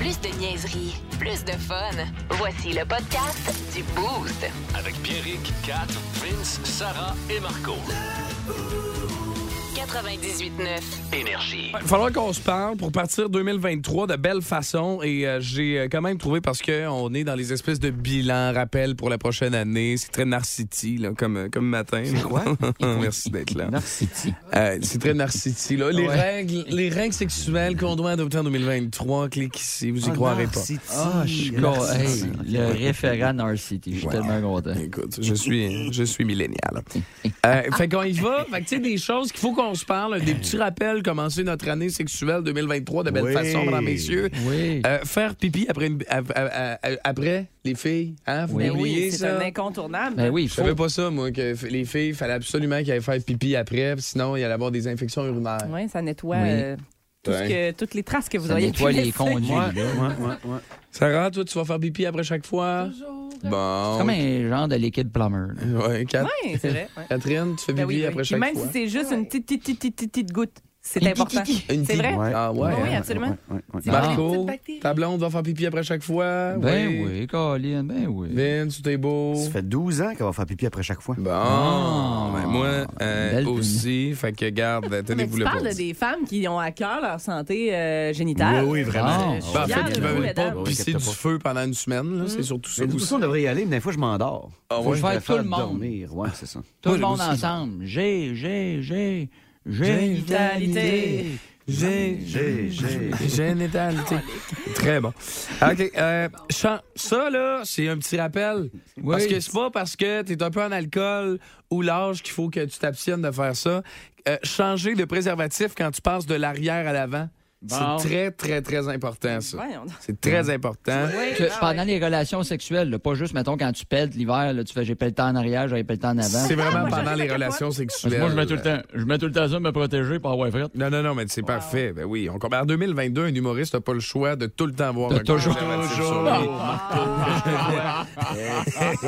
Plus de niaiserie, plus de fun. Voici le podcast du Boost. Avec Pierrick, Kat, Vince, Sarah et Marco. 98.9. Énergie. Ben, Il va falloir qu'on se parle pour partir 2023 de belle façon et euh, j'ai euh, quand même trouvé parce que on est dans les espèces de bilans, rappel pour la prochaine année. C'est très narcity là, comme, euh, comme matin. quoi? Merci d'être là. Narcity. Euh, c'est très narcity là. Les Ouais. règles, les règles sexuelles qu'on doit adopter en 2023, clique ici, Oh, vous y croirez pas. Ah, je suis con. Hey, le référent Narcity. Je suis Ouais. tellement content. Écoute, je suis, je suis millénial. Euh, fait qu'on y va. Fait que, tu sais, des choses qu'il faut qu'on se parle, des petits rappels, commencer notre année sexuelle 2023 de belle Oui. façon, mesdames, messieurs. Oui. Euh, faire pipi après, une- ap- ap- ap- après les filles, hein? Vous Oui. Ben oubliez oui, c'est ça? un incontournable. Ben oui, il Je faut. savais pas ça, moi, que f- les filles, il fallait absolument qu'elles aillent faire pipi après, puis sinon, il allait avoir des infections urinaires. Oui, ça nettoie Oui. euh, tout ce que- toutes les traces que vous Ça auriez nettoie pu les laisser. conduits. là. Sarah, toi, tu vas faire pipi après chaque fois? Toujours. Bon. Comme un genre de liquide plumber. là. Ouais, Kat- Oui, c'est vrai. ouais. Catherine, tu fais pipi Ben oui, oui. après Puis chaque même fois? si c'est juste une petite, petite, petite, petite, petite goutte, c'est important. Une C'est petite- vrai? Ah ouais. Oui, hein? absolument. Marco, Ah. petite bactérie. ta blonde va faire pipi après chaque fois? Ben oui, Colin, ben oui. Vince, tout est beau? Ça fait 12 ans qu'on va faire pipi après chaque fois. Bon, Ah. ben moi euh, Belle aussi, fait que garde, Mais tenez-vous tu le parles de pouce. des femmes qui ont à cœur leur santé euh, génitale. Oui, oui, vraiment. Ah, Je suis Ben, en fière fait, de ils vous, veulent pas mesdames. pisser Oui, du feu pendant une semaine, là, Mhm. c'est surtout ça. Mais tout aussi. ça, on devrait y aller, mais des fois, je m'endors. Ah Faut ouais? le faire tout le monde. dormir. Ouais, c'est ça. Tout le Moi, monde aussi. ensemble. J'ai, j'ai, j'ai. Génitalité. Génitalité. J'ai, J'ai, j'ai. génitalité. Très bon. OK. euh, chan- ça, là, c'est un petit rappel. Oui. Parce que c'est pas parce que t'es un peu en alcool ou l'âge qu'il faut que tu t'abstiennes de faire ça. Euh, changer de préservatif quand tu passes de l'arrière à l'avant, c'est Bon. très, très, très important, ça. Voyons donc. C'est très important. Que- Pendant les relations sexuelles, là, pas juste, mettons, quand tu pètes l'hiver, là, tu fais j'ai pété en arrière, j'ai pété en avant. C'est vraiment Ah, moi, pendant j'arrive les à relations Parce sexuelles. que moi, je mets tout le temps, je mets tout le temps ça pour me protéger, pour avoir frette. Non, non, non, mais c'est parfait. Ben oui, on compare. En 2022, un humoriste n'a pas le choix de tout le temps voir un toujours- Oh, conservatif sur lui.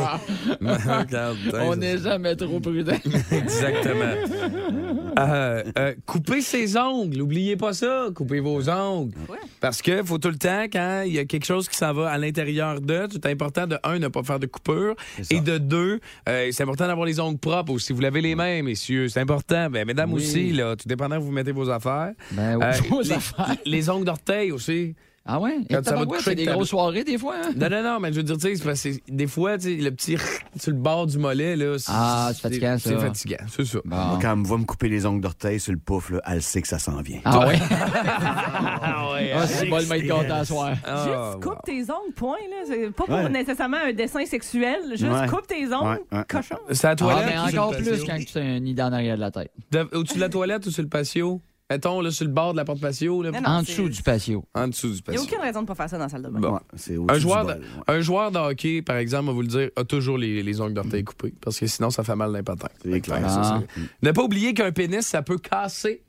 Regarde, On ça, n'est jamais trop prudent. Exactement. Euh, euh, coupez ses ongles. N'oubliez pas ça. Coupez vos ongles. Parce que faut tout le temps, quand il y a quelque chose qui s'en va à l'intérieur d'eux, c'est important de, un, ne pas faire de coupure. Et de deux, euh, c'est important d'avoir les ongles propres aussi. Vous lavez les mains, messieurs. C'est important. Ben, mesdames aussi, là, tout dépendant où vous mettez vos affaires. Ben oui. Vos Euh, les, affaires. les ongles d'orteil aussi. Ah ouais? Quand Et ça va te tabarouette, coucher c'est des avec ta- grosses soirées, des fois. hein? Non, non, non, mais je veux dire, tu sais, c'est parce que c'est- des fois, tu sais, le petit sur le bord du mollet, là. c'est- Ah, c'est fatigant, ça. C'est fatigant, c'est ça. Ah, Moi, Bon. quand elle me voit me couper les ongles d'orteil sur le pouf, là, elle sait que ça s'en vient. Ah ouais? Ah, c'est bon, le maître content à soir. Ah, Juste coupe tes ongles, point. Là. C'est Pas pour Ouais. nécessairement un dessin sexuel. Juste Ouais. coupe tes ongles, Ouais, ouais. cochon. C'est à la Ah, toilette. mais ou sur le encore patio? plus quand tu as un nid en arrière de la tête. De- Au-dessus de la toilette ou sur le patio? Mettons, là, sur le bord de la porte patio, là. Non, non, En c'est- dessous du patio. En dessous du Il n'y a patio. aucune raison de ne pas faire ça dans la salle de bain. Bon. Ouais, c'est au-dessus Un du joueur, de, bol, ouais. un joueur de hockey, par exemple, on va vous le dire, a toujours les, les ongles d'orteil coupés parce que sinon, ça fait mal l'impotent. C'est clair. Ah. ça, Ne pas oublier qu'un pénis, ça peut casser.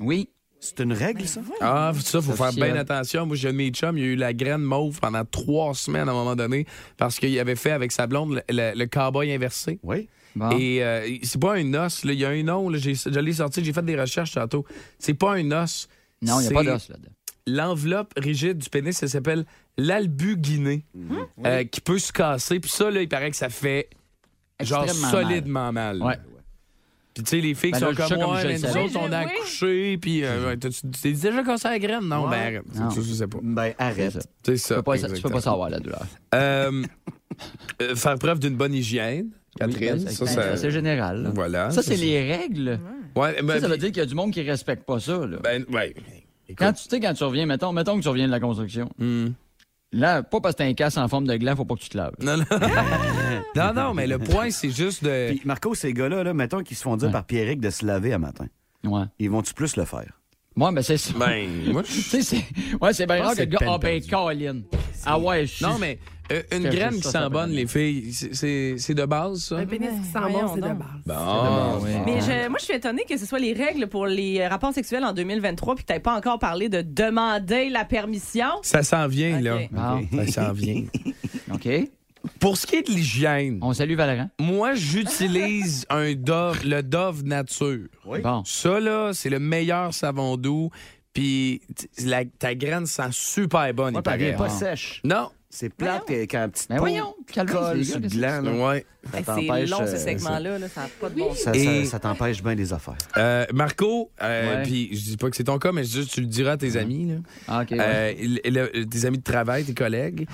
Oui. C'est c'est une règle, Ben, ça? Ah, ça, faut Ça faire fiole. bien attention. Moi, j'ai un de mes chums, il a eu la graine mauve pendant trois semaines à un moment donné parce qu'il avait fait avec sa blonde le, le- le cowboy inversé. Oui. Bon. Et euh, c'est pas un os, là. il y a un nom, là, j'ai- je l'ai sorti, j'ai fait des recherches tantôt. C'est pas un os. Non, il n'y C'est a pas d'os là-dedans. L'envelope rigide du pénis, ça s'appelle l'albuginée, Mhm. euh, qui peut se casser. Puis ça, là, il paraît que ça fait genre Extrêmement solidement mal. Ouais. Puis tu sais, les filles Ben qui là, sont je sais comme comme moi, je le nous savais. autres, on a Oui. accouché, puis euh, ouais, t'as-tu- t'es déjà cassé la graine? Non, Ouais. ben, Non. ça, je sais pas. Ben, C'est ça. arrête. Tu C'est ça. peux pas- Tu peux exactement. pas savoir la douleur. Euh, euh, faire preuve d'une bonne hygiène, Catherine. Oui, ben, ça, c'est- ça- c'est général. là. Voilà. Ça, c'est les règles. Ouais, ben, Ça, ça veut puis- dire qu'il y a du monde qui respecte pas ça. là. ben, ouais. Quand tu tu sais, quand tu reviens, mettons, mettons que tu reviens de la construction. Hmm. Là, pas parce que t'as un casse en forme de gland, faut pas que tu te laves. Non, non. non, non, mais le point, c'est juste de. Puis, Marco, ces gars-là, là, mettons qu'ils se font dire par Pierrick de se laver à matin. Ouais. Ils vont-tu plus le faire? Moi, mais c'est ça. Ben, moi, Tu sais, c'est- ouais, c'est bien pense rare que que c'est le gars. peine Ah, ben, Colin. Ah, ouais, je suis. Non, mais euh, une C'est graine ça, qui ça sent peut bonne, être. les filles, c'est- c'est c'est de base, ça? Un pénis qui sent Voyons bon, c'est de donc. base. Ah, ouais. Mais je- moi, je suis étonnée que ce soit les règles pour les euh, rapports sexuels en 2023 puis que tu pas encore parlé de demander la permission. Ça s'en vient, Ok. Ah, là. Ça s'en vient. OK. Pour ce qui est de l'hygiène, On salue Valérien. moi, j'utilise un Dove, le Dove Nature. Bon. Ça, là, c'est le meilleur savon doux. Puis t- la- ta graine sent super bonne, Ouais, il puis elle paraît. vient pas Ah. sèche. Non. C'est plate que- quand la petite Ben peau voyons, calme, colle les sur gars, le qu'est-ce gland. là, Ouais. ça Hey, Ben, C'est t'empêche, long, euh, ce ça- segment-là. là, Ça n'a pas de bon sens. Ça, ça- Et- ça t'empêche bien des affaires. Euh, Marco, euh, Ouais. puis je dis pas que c'est ton cas, mais juste tu le diras à tes amis, là. Ah, OK. ouais. Euh, le- le- tes amis de travail, tes collègues,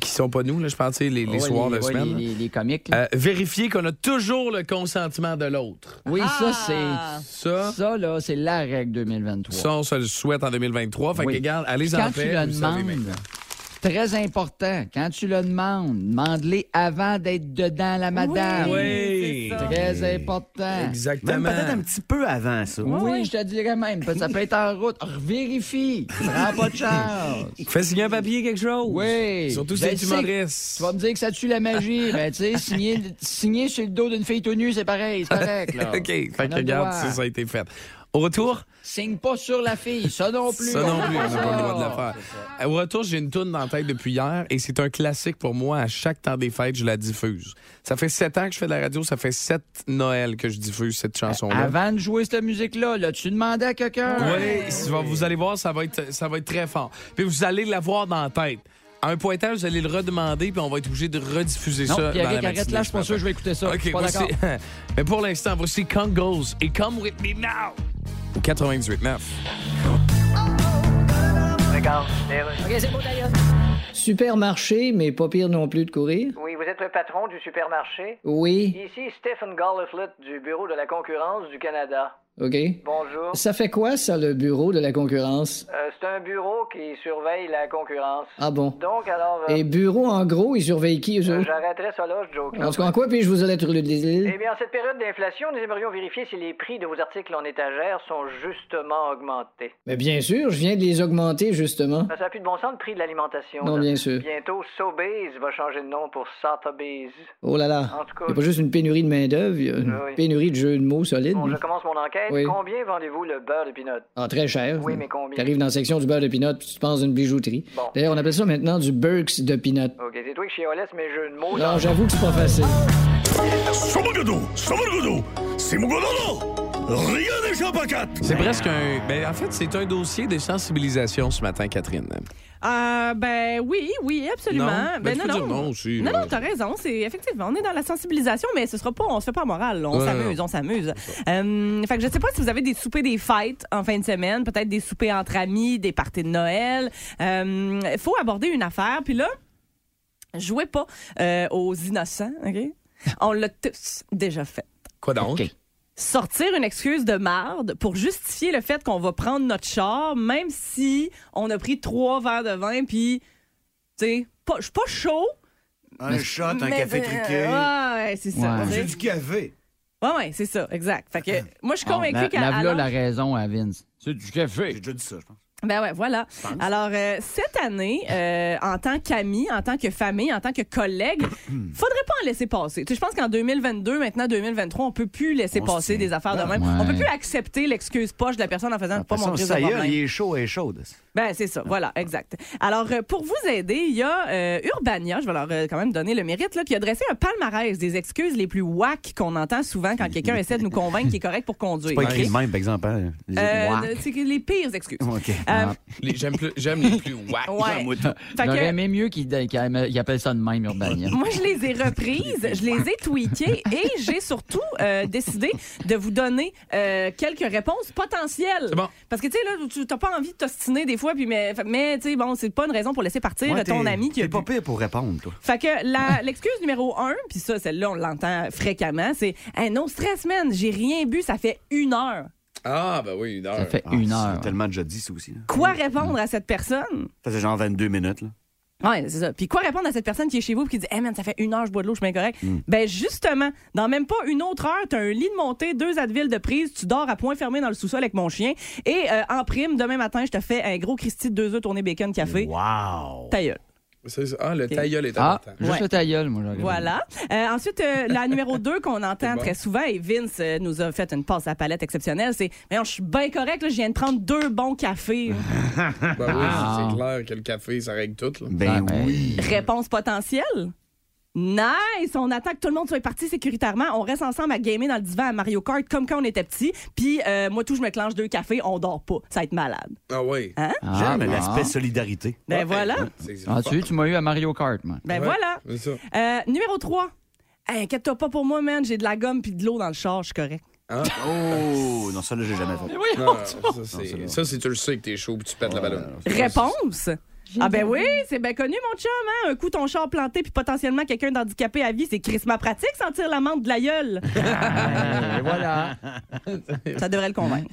qui sont pas nous, là, je pense, tu sais, les, les Ouais, soirs de ouais, semaine. Les, les- les comiques. là. là. Euh, vérifier qu'on a toujours le consentement de l'autre. oui, ça, Ah! c'est. Ça, Ça, là, c'est la règle 2023. ça, on se le souhaite en 2023. Fait Oui. que, regarde, allez en Quand tu faire. le vous savez demandes, maintenant. très important, quand tu le demandes, demande-les avant d'être dedans, la madame. Oui. c'est ça. Très important. Même Exactement. peut-être un petit peu avant ça. Oui, je te dirais même. parce que Ça peut être en route. Vérifie. Prends pas de chance. Fais signer un papier, quelque chose. Oui. Surtout si Je t'es sais humoriste. Tu vas me dire Ben, que ça tue la magie. Ben, tu sais, signer, signer sur le dos d'une fille tout nue, c'est pareil. C'est correct, là. Ben, OK. Fait On a que, le regarde, droit. ça, ça a été fait. Au retour, Signe pas sur la fille. Ça non plus. ça non plus, on n'a pas le droit de la le faire. Euh, Au retour, j'ai une toune dans la tête depuis hier et c'est un classique pour moi. À chaque temps des fêtes, je la diffuse. Ça fait sept ans que je fais de la radio, ça fait sept Noël que je diffuse cette chanson-là. Euh, Avant de jouer cette musique-là, là, tu demandais à quelqu'un. Oui, si va- vous allez voir, ça va, être, ça va être très fort. Puis vous allez l'avoir dans la tête. À un pointage, vous allez le redemander, puis on va être obligé de rediffuser Non, ça. puis dans la Eric, arrête là, je suis pas sûr que je vais écouter ça. Je suis OK, pas voici- d'accord. Mais pour l'instant, voici Congos et Come With Me Now. Au 98.9. Supermarché, mais pas pire non plus de courir. Oui, vous êtes le patron du supermarché. Oui, Ici Stephen Garliflet du Bureau de la concurrence du Canada. OK. Bonjour. Ça fait quoi, ça, le bureau de la concurrence? Euh, c'est un bureau qui surveille la concurrence. Ah bon. Donc alors, euh, Et bureau, en gros, ils surveillent qui, eux euh, autres? j'arrêterai ça là, je joke. En tout cas, en quoi puis-je vous aller le désir? Eh bien, en cette période d'inflation, nous aimerions vérifier si les prix de vos articles en étagère sont justement augmentés. Mais bien sûr, je viens de les augmenter, justement. Ben, Ça n'a plus de bon sens le prix de l'alimentation. Non, là. bien sûr. Bientôt, Sobeys va changer de nom pour Sotheby's. Oh là là. En tout cas, Il n'y a pas juste une pénurie de main-d'œuvre, il y a une Ah oui. pénurie de jeux de mots solides. bon, je mais- commence mon enquête. Oui. Combien vendez-vous le beurre de pinot? Ah, très cher. Oui, mais combien? T'arrives dans la section du beurre de pinot, puis tu te penses d'une bijouterie. Bon. D'ailleurs, on appelle ça maintenant du Burks de pinot. Ok, c'est toi qui chiolais mes jeux de mots. Non, j'avoue que c'est pas facile. C'est presque un. Ben, en fait, c'est un dossier de sensibilisation ce matin, Catherine. Euh, ben oui, oui, absolument. Non? Ben, tu peux dire non aussi, Non, là. non, t'as raison. C'est effectivement, on est dans la sensibilisation, mais ce sera pas, on se fait pas moral. là. On Ouais, s'amuse, on s'amuse. Euh, fait que je sais pas si vous avez des soupers des fêtes en fin de semaine, peut-être des soupers entre amis, des parties de Noël. Il faut aborder une affaire, puis là, jouez pas euh, aux innocents. ok On l'a tous déjà fait Quoi donc? OK. sortir une excuse de marde pour justifier le fait qu'on va prendre notre char, même si on a pris trois verres de vin, puis, tu sais, pas- je suis pas chaud. Un shot, Ah, un mais- ben, café truqué. Ouais, ouais, c'est ça. Ouais. tu sais. du café. Ouais, ouais, c'est ça, exact. Fait que, Ah. moi, je suis Bon, convaincue Ah, la- qu'à. la à voilà la l'âge- raison à Vince. C'est du café. J'ai déjà dit ça, je pense. Ben ouais, voilà. Alors, euh, cette année, euh, en tant qu'ami, en tant que famille, en tant que collègue, faudrait pas en laisser passer. Tu sais, je pense qu'en 2022, maintenant 2023, on peut plus laisser On se passer tient. des affaires de même. ouais. On peut plus accepter l'excuse poche de la personne en faisant De Ah, pas toute façon, mon crise de Ah, ça y est, problème. il est chaud et chaude. Ben, c'est ça. Voilà, exact. Alors, euh, pour vous aider, il y a euh, Urbania, je vais leur euh, quand même donner le mérite, là, qui a dressé un palmarès des excuses les plus whack qu'on entend souvent quand quelqu'un essaie de nous convaincre qu'il est correct pour conduire. C'est pas écrit Ok? le même, par exemple. hein. Les- Euh, Ouah. c'est que les pires excuses. OK. Euh, Les- J'aime plus- j'aime les plus whack. ouais. Fait que- J'aurais aimé mieux qu'il qu'il aime- qu'il appelle ça de même, Urbania. Moi, je les ai reprises, je les ai tweakées et j'ai surtout euh, décidé de vous donner euh, quelques réponses potentielles. C'est bon. Parce que, tu sais, là, tu n'as pas envie de t'ostiner des fois, puis mais, mais tu sais, bon, c'est pas une raison pour laisser partir Ouais, ton t'es- ami qui a T'es pas bu. pire pour répondre, toi. Fait que la- l'excuse numéro un, puis ça, celle-là, on l'entend fréquemment, c'est hey, non stress, man, j'ai rien bu, ça fait une heure. Ah, ben oui, une heure. Ça fait Ah, une c'est heure. tellement déjà dit, ça aussi. là. Quoi répondre à cette personne? Ça fait genre 22 minutes, là. Ouais, c'est ça. Puis quoi répondre à cette personne qui est chez vous puis qui dit Hey man, ça fait une heure je bois de l'eau, je suis bien correct. Ben justement, dans même pas une autre heure, t'as un lit de montée, deux Advil de prise, tu dors à point fermé dans le sous-sol avec mon chien. Et euh, en prime, demain matin, je te fais un gros Christy de deux œufs tourné bacon café. Wow! Ta gueule. C'est ça. Ah, le Ok. tailleul est Ah, important. juste Ouais. le ta gueule, moi, j'aurais aimé. Voilà. Euh, ensuite, euh, la numéro 2 qu'on entend C'est bon. très souvent, et Vince euh, nous a fait une passe à la palette exceptionnelle, c'est Mais je suis bien correct, là, je viens de prendre deux bons cafés. Ben oui, Ah. c'est clair que le café, ça règle tout. là. Ben Ah, ben. oui! Réponse potentielle Nice! On attend que tout le monde soit parti sécuritairement. On reste ensemble à gamer dans le divan à Mario Kart comme quand on était petit. Puis euh, moi, tout, je me clenche deux cafés, on dort pas. Ça va être malade. Ah oui. Ah, J'aime bon. l'aspect solidarité. Ben voilà. Ah, tu, tu m'as eu à Mario Kart, moi. Ben voilà. C'est ça. Euh, numéro 3. Inquiète-toi pas pour moi, man. J'ai de la gomme puis de l'eau dans le char, je suis correct. Oh, non, ça, là, j'ai jamais fait. Ah, ça, c'est- ça, c'est tu le sais que t'es chaud puis tu Ah, pètes la ballonne. Réponse. Ah ben oui, c'est bien connu, mon chum. Hein? Un coup, ton char planté puis potentiellement quelqu'un d'handicapé à vie, c'est crissement pratique sentir l'amande de la gueule. Et voilà. Ça devrait le convaincre.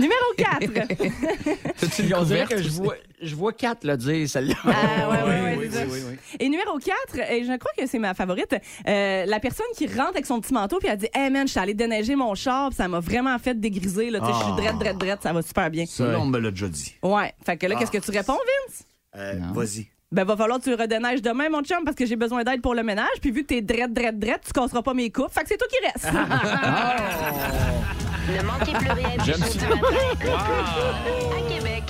Numéro 4. T'as-tu une Puis on dirait couverte? que je vois, je vois quatre le dire, celle-là. Ah, ouais, ouais, ouais, c'est ça. Et numéro 4, et je crois que c'est ma favorite, euh, la personne qui rentre avec son petit manteau puis elle dit Hey man, je suis allée déneiger mon char, puis ça m'a vraiment fait dégriser. Là, Tu sais, Je suis Ah. drette, drette, drette, ça va super bien. Ça, là, on me l'a déjà dit. Ouais. Fait que là, qu'est-ce que tu réponds, Vince Euh, Vas-y. Ben, va falloir que tu le redéneiges demain, mon chum, parce que j'ai besoin d'aide pour le ménage. Puis vu que t'es drette, drette, drette, tu casseras pas mes coupes. Fait que c'est toi qui reste. Ah. Ne manquez plus rien du show du matin. À Québec.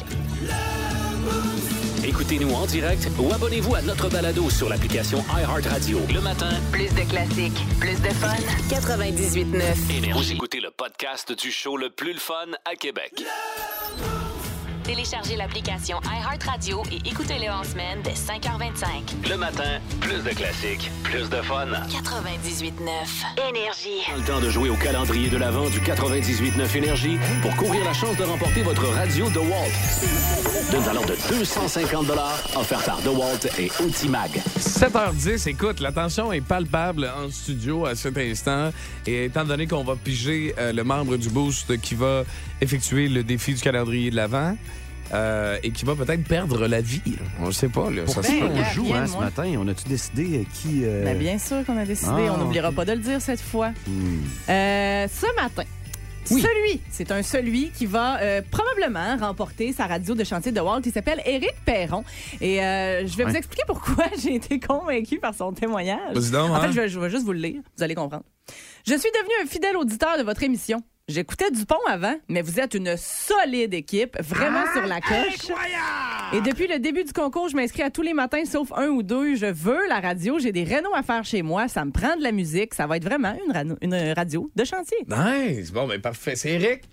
Écoutez-nous en direct ou abonnez-vous à notre balado sur l'application iHeartRadio. Le matin, Plus de classiques, plus de fun. 98.9. énergie. Écoutez le podcast du show le plus le fun à Québec. Téléchargez l'application iHeartRadio et écoutez-le en semaine dès 5h25. Le matin, plus de classiques, plus de fun. 98.9. Énergie. Prends Le temps de jouer au calendrier de l'Avent du 98.9 Énergie pour courir la chance de remporter votre radio DeWalt. D'une valeur de 250 offerte par DeWalt et Ultimag. 7h10, écoute, la tension est palpable en studio à cet instant. Et étant donné qu'on va piger euh, le membre du Boost qui va effectuer le défi du calendrier de l'Avent euh, et qui va peut-être perdre la vie, là. on ne sait pas. Là, ça se Ben, peut. On joue, bien, hein, ce moi. matin. On a-tu décidé euh, qui. euh, Ben, bien sûr qu'on a décidé. Ah, Hmm. on n'oubliera pas de le dire cette fois. Euh, ce matin. Celui, c'est un celui qui va euh, probablement remporter sa radio de chantier de Walt. Il s'appelle Éric Perron. Et euh, je vais vous Ouais. expliquer pourquoi j'ai été convaincue par son témoignage. Vas-y donc, En hein. fait, je vais, je vais juste vous le lire. Vous allez comprendre. Je suis devenu un fidèle auditeur de votre émission. J'écoutais Dupont avant, mais vous êtes une solide équipe, vraiment Ah, sur la coche. Et depuis le début du concours, je m'inscris à tous les matins, sauf un ou deux. Je veux la radio, j'ai des rénaux à faire chez moi, ça me prend de la musique, ça va être vraiment une, rano- une radio de chantier. Nice! Bon, ben parfait. C'est Eric.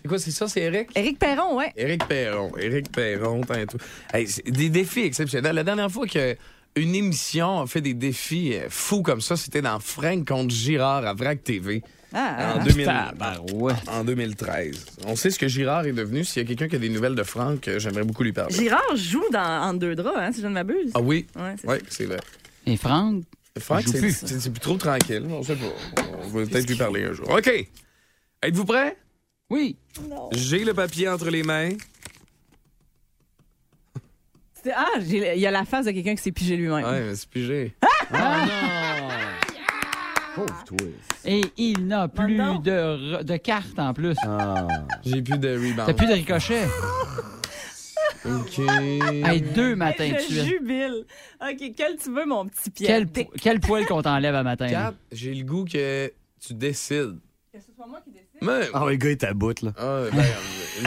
C'est quoi, c'est ça, c'est Eric? Éric Perron, ouais. Éric Perron, Éric Perron, tantôt. Hey, c'est des défis exceptionnels. La dernière fois que une émission a fait des défis euh, fous comme ça, c'était dans Frank contre Girard à Vrac TV. Ah, en, ah. 2000 ben, Tabarouette. en 2013. On sait ce que Girard est devenu. S'il y a quelqu'un qui a des nouvelles de Franck, euh, j'aimerais beaucoup lui parler. Girard joue dans Entre deux draps, hein, si je ne m'abuse. Ah oui? Ouais, c'est Oui, c'est vrai. Et Franck? Franck, Il joue c'est plus. c'est- c'est plus trop tranquille. On sait pas. On va peut-être lui parler un jour. OK. Êtes-vous prêts? Oui. J'ai le papier entre les mains. C'est- Ah, j'ai- il y a la face de quelqu'un qui s'est pigé lui-même. Ouais, mais c'est pigé. Pauvre toi. Et il n'a plus non. de, re- de carte en plus. J'ai plus de T'as rebound. plus de ricochet. OK. Hey, deux matins de Ah. Je suite. jubile. OK, quel tu veux, mon petit Pierre? Quel, po- quel poil qu'on t'enlève à matin. là. Cap, j'ai le goût que tu décides. Que ce soit moi qui décide. Mais- Ah, le gars est à bout, là. Ah, ben,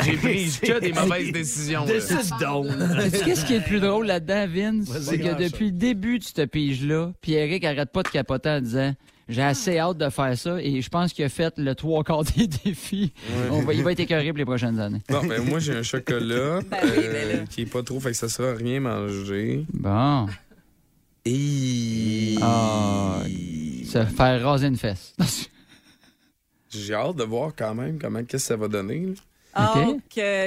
j'ai pris que des mauvaises décisions. là. Décide donc. Sais-tu Qu'est-ce qui est le plus drôle là-dedans, Vince? C'est que Grand-chose. depuis le début de cette pige-là, Pierrick arrête pas de capoter en disant J'ai assez hâte de faire ça et je pense qu'il a fait le trois quarts des défis. On va, il va être écœuré pour les prochaines années. Bon, ben moi j'ai un chocolat oui, euh, ben là. qui est pas trop, fait que ça sera rien manger. Bon. Et Ah, se faire raser une fesse. j'ai hâte de voir quand même comment qu'est-ce que ça va donner. là. Ah, OK. ok,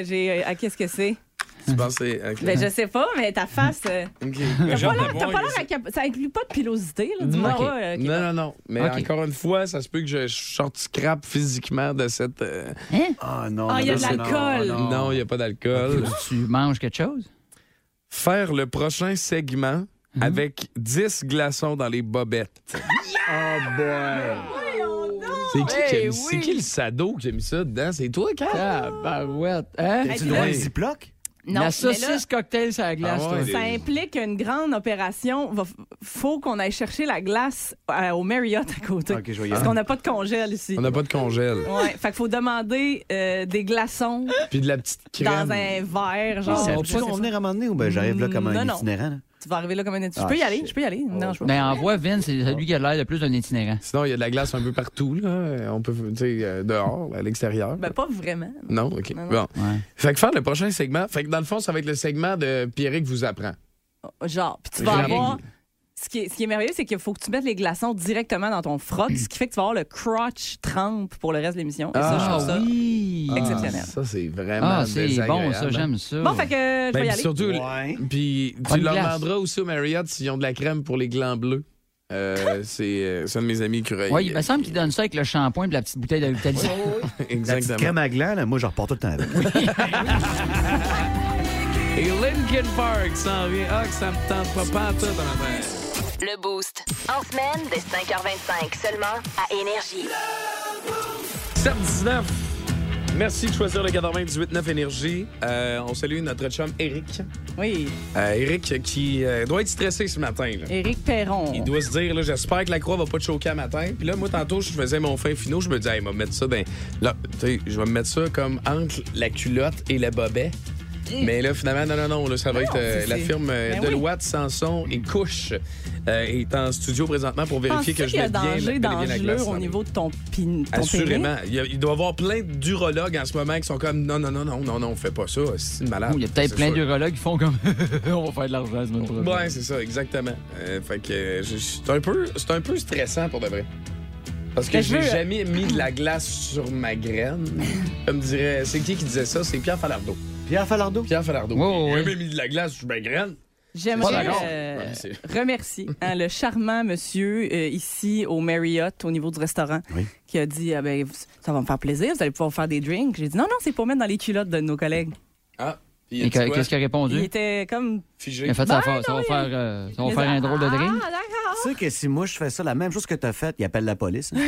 j'ai. Ah, qu'est-ce que c'est? Tu penses que c'est- ok. Ben, je sais pas, mais ta face. euh, Ok. T'as J'ai pas hâte de l'air- t'as voir pas l'air que- à cap- Ça inclut pas de pilosité, là, dis-moi. Ok. ouais, ok. Non, non, non. Mais Ok. encore une fois, ça se peut que je sorte scrap physiquement de cette. euh, Ah, non. Ah, il y a de non, l'alcool. non, non. Non, il n'y a pas d'alcool. Tu manges quelque chose? Faire le prochain segment avec 10 glaçons dans les bobettes. Ah, ben. C'est qui, qui a mis- Ben oui. c'est qui le sado qui a mis ça dedans? C'est toi, Kat? Ah, barouette. Hein? T'as-tu droit à un ziploc? Non, la mais saucisse cocktail sur la glace, Ah toi. ouais, là, Ça implique une grande opération. Va- faut qu'on aille chercher la glace euh, au Marriott à côté. Ok, je vais y Parce aller. qu'on n'a pas de congèle ici. On n'a pas de congèle. Ouais, fait qu'il faut demander euh, des glaçons Puis de la petite crème. dans un verre, genre. Ça on peut-tu sait pas, convenir à un moment donné ou ben j'arrive là comme Non, un non. itinérant? là? Tu vas arriver là comme un étudiant. Ah, je peux y aller, shit. je peux y aller. Non, je Ben, envoie Vin, c'est celui qui a l'air le plus d'un itinérant. Sinon, il y a de la glace un peu partout, là. On peut, tu sais, euh, dehors, à l'extérieur. Ben, pas vraiment. non, OK. non, non. Bon. Ouais. Fait que faire le prochain segment, fait que dans le fond, ça va être le segment de Pierrick vous apprend. Genre, puis tu J'ai vas appris. avoir. Ce qui, est, ce qui est merveilleux, c'est qu'il faut que tu mettes les glaçons directement dans ton froc, ce qui fait que tu vas avoir le crotch trempe pour le reste de l'émission. Et ça, je trouve ça oui! Ah. exceptionnel. Ça, c'est vraiment Ah, c'est bon, désagréable, ça, hein. j'aime ça. Bon, fait que euh, je Ben, vais y puis aller. surtout, Ouais. puis tu Bonne leur glace. demanderas aussi au Marriott s'ils ont de la crème pour les glands bleus. Euh, c'est euh, c'est un de mes amis Cureil. Oui, il me semble qu'il donne ça avec le shampoing et la petite bouteille de Vitalisé. La petite Exactement. crème à gland, là, moi, je repars tout le temps avec. Et Linkin Park s'en vient. Ah, que ça me tente pas pantoute dans ma tête. Le Boost. En semaine, dès 5h25 seulement à Énergie. 7-19. Merci de choisir le 98.9 Énergie. Euh, on salue notre chum Eric. Oui, Euh, Eric qui euh, doit être stressé ce matin. là. Éric Perron. Il doit se dire, là, j'espère que la croix va pas te choquer à matin. Puis là, moi, tantôt, je faisais mon fin finaux. Je me disais, hey, va mettre ça dans. Là, tu sais, je vais me mettre ça comme entre la culotte et le bobet. Mais là, finalement, non, non, non, là, ça va Mmh. Non, être euh, c'est- la c'est- firme euh, Ben oui. Deloitte, Sanson et Couche euh, est en studio présentement pour Penses-tu vérifier que je qu'il y a mette bien, la- bel danger et bien la glace d'engelure dans au le- niveau de ton, pin, ton pénis? Assurément. Il, y a- il doit y avoir plein d'urologues en ce moment qui sont comme non, non, non, non, non, non, fais pas ça, c'est malade. Il y a peut-être oh. C'est plein sûr. d'urologues qui font comme on va faire de l'argent la semaine prochaine. Ouais, c'est ça, exactement. Euh, fait que euh, je- c'est un, peu- c'est un peu stressant pour de vrai. Parce que Ben, Mais je j'ai veux- euh, jamais mis de la glace sur ma graine. Comme dirait, c'est qui qui disait ça? C'est Pierre Falardeau. Pierre Falardeau. Pierre Falardeau. Ouais, ouais, J'ai ouais. jamais mis de la glace sur ma graine. J'aimerais d'accord. euh, Ouais, c'est- Mhm. remercier hein, le charmant monsieur euh, ici au Marriott, au niveau du restaurant, Oui. qui a dit ah, ben, vous- ça va me faire plaisir, vous allez pouvoir faire des drinks. J'ai dit non, non, c'est pour mettre dans les culottes de nos collègues. Ah, puis il a dit Et que- quoi? qu'est-ce qu'il a Il répondu? était comme. Figé. Il a fait ça, Ben va faire- ça va non, faire, il- euh, ça il va a faire dit, un drôle de Ah, drink. d'accord. Tu sais que si moi, je fais ça, la même chose que t'as faite, il appelle la police. hein.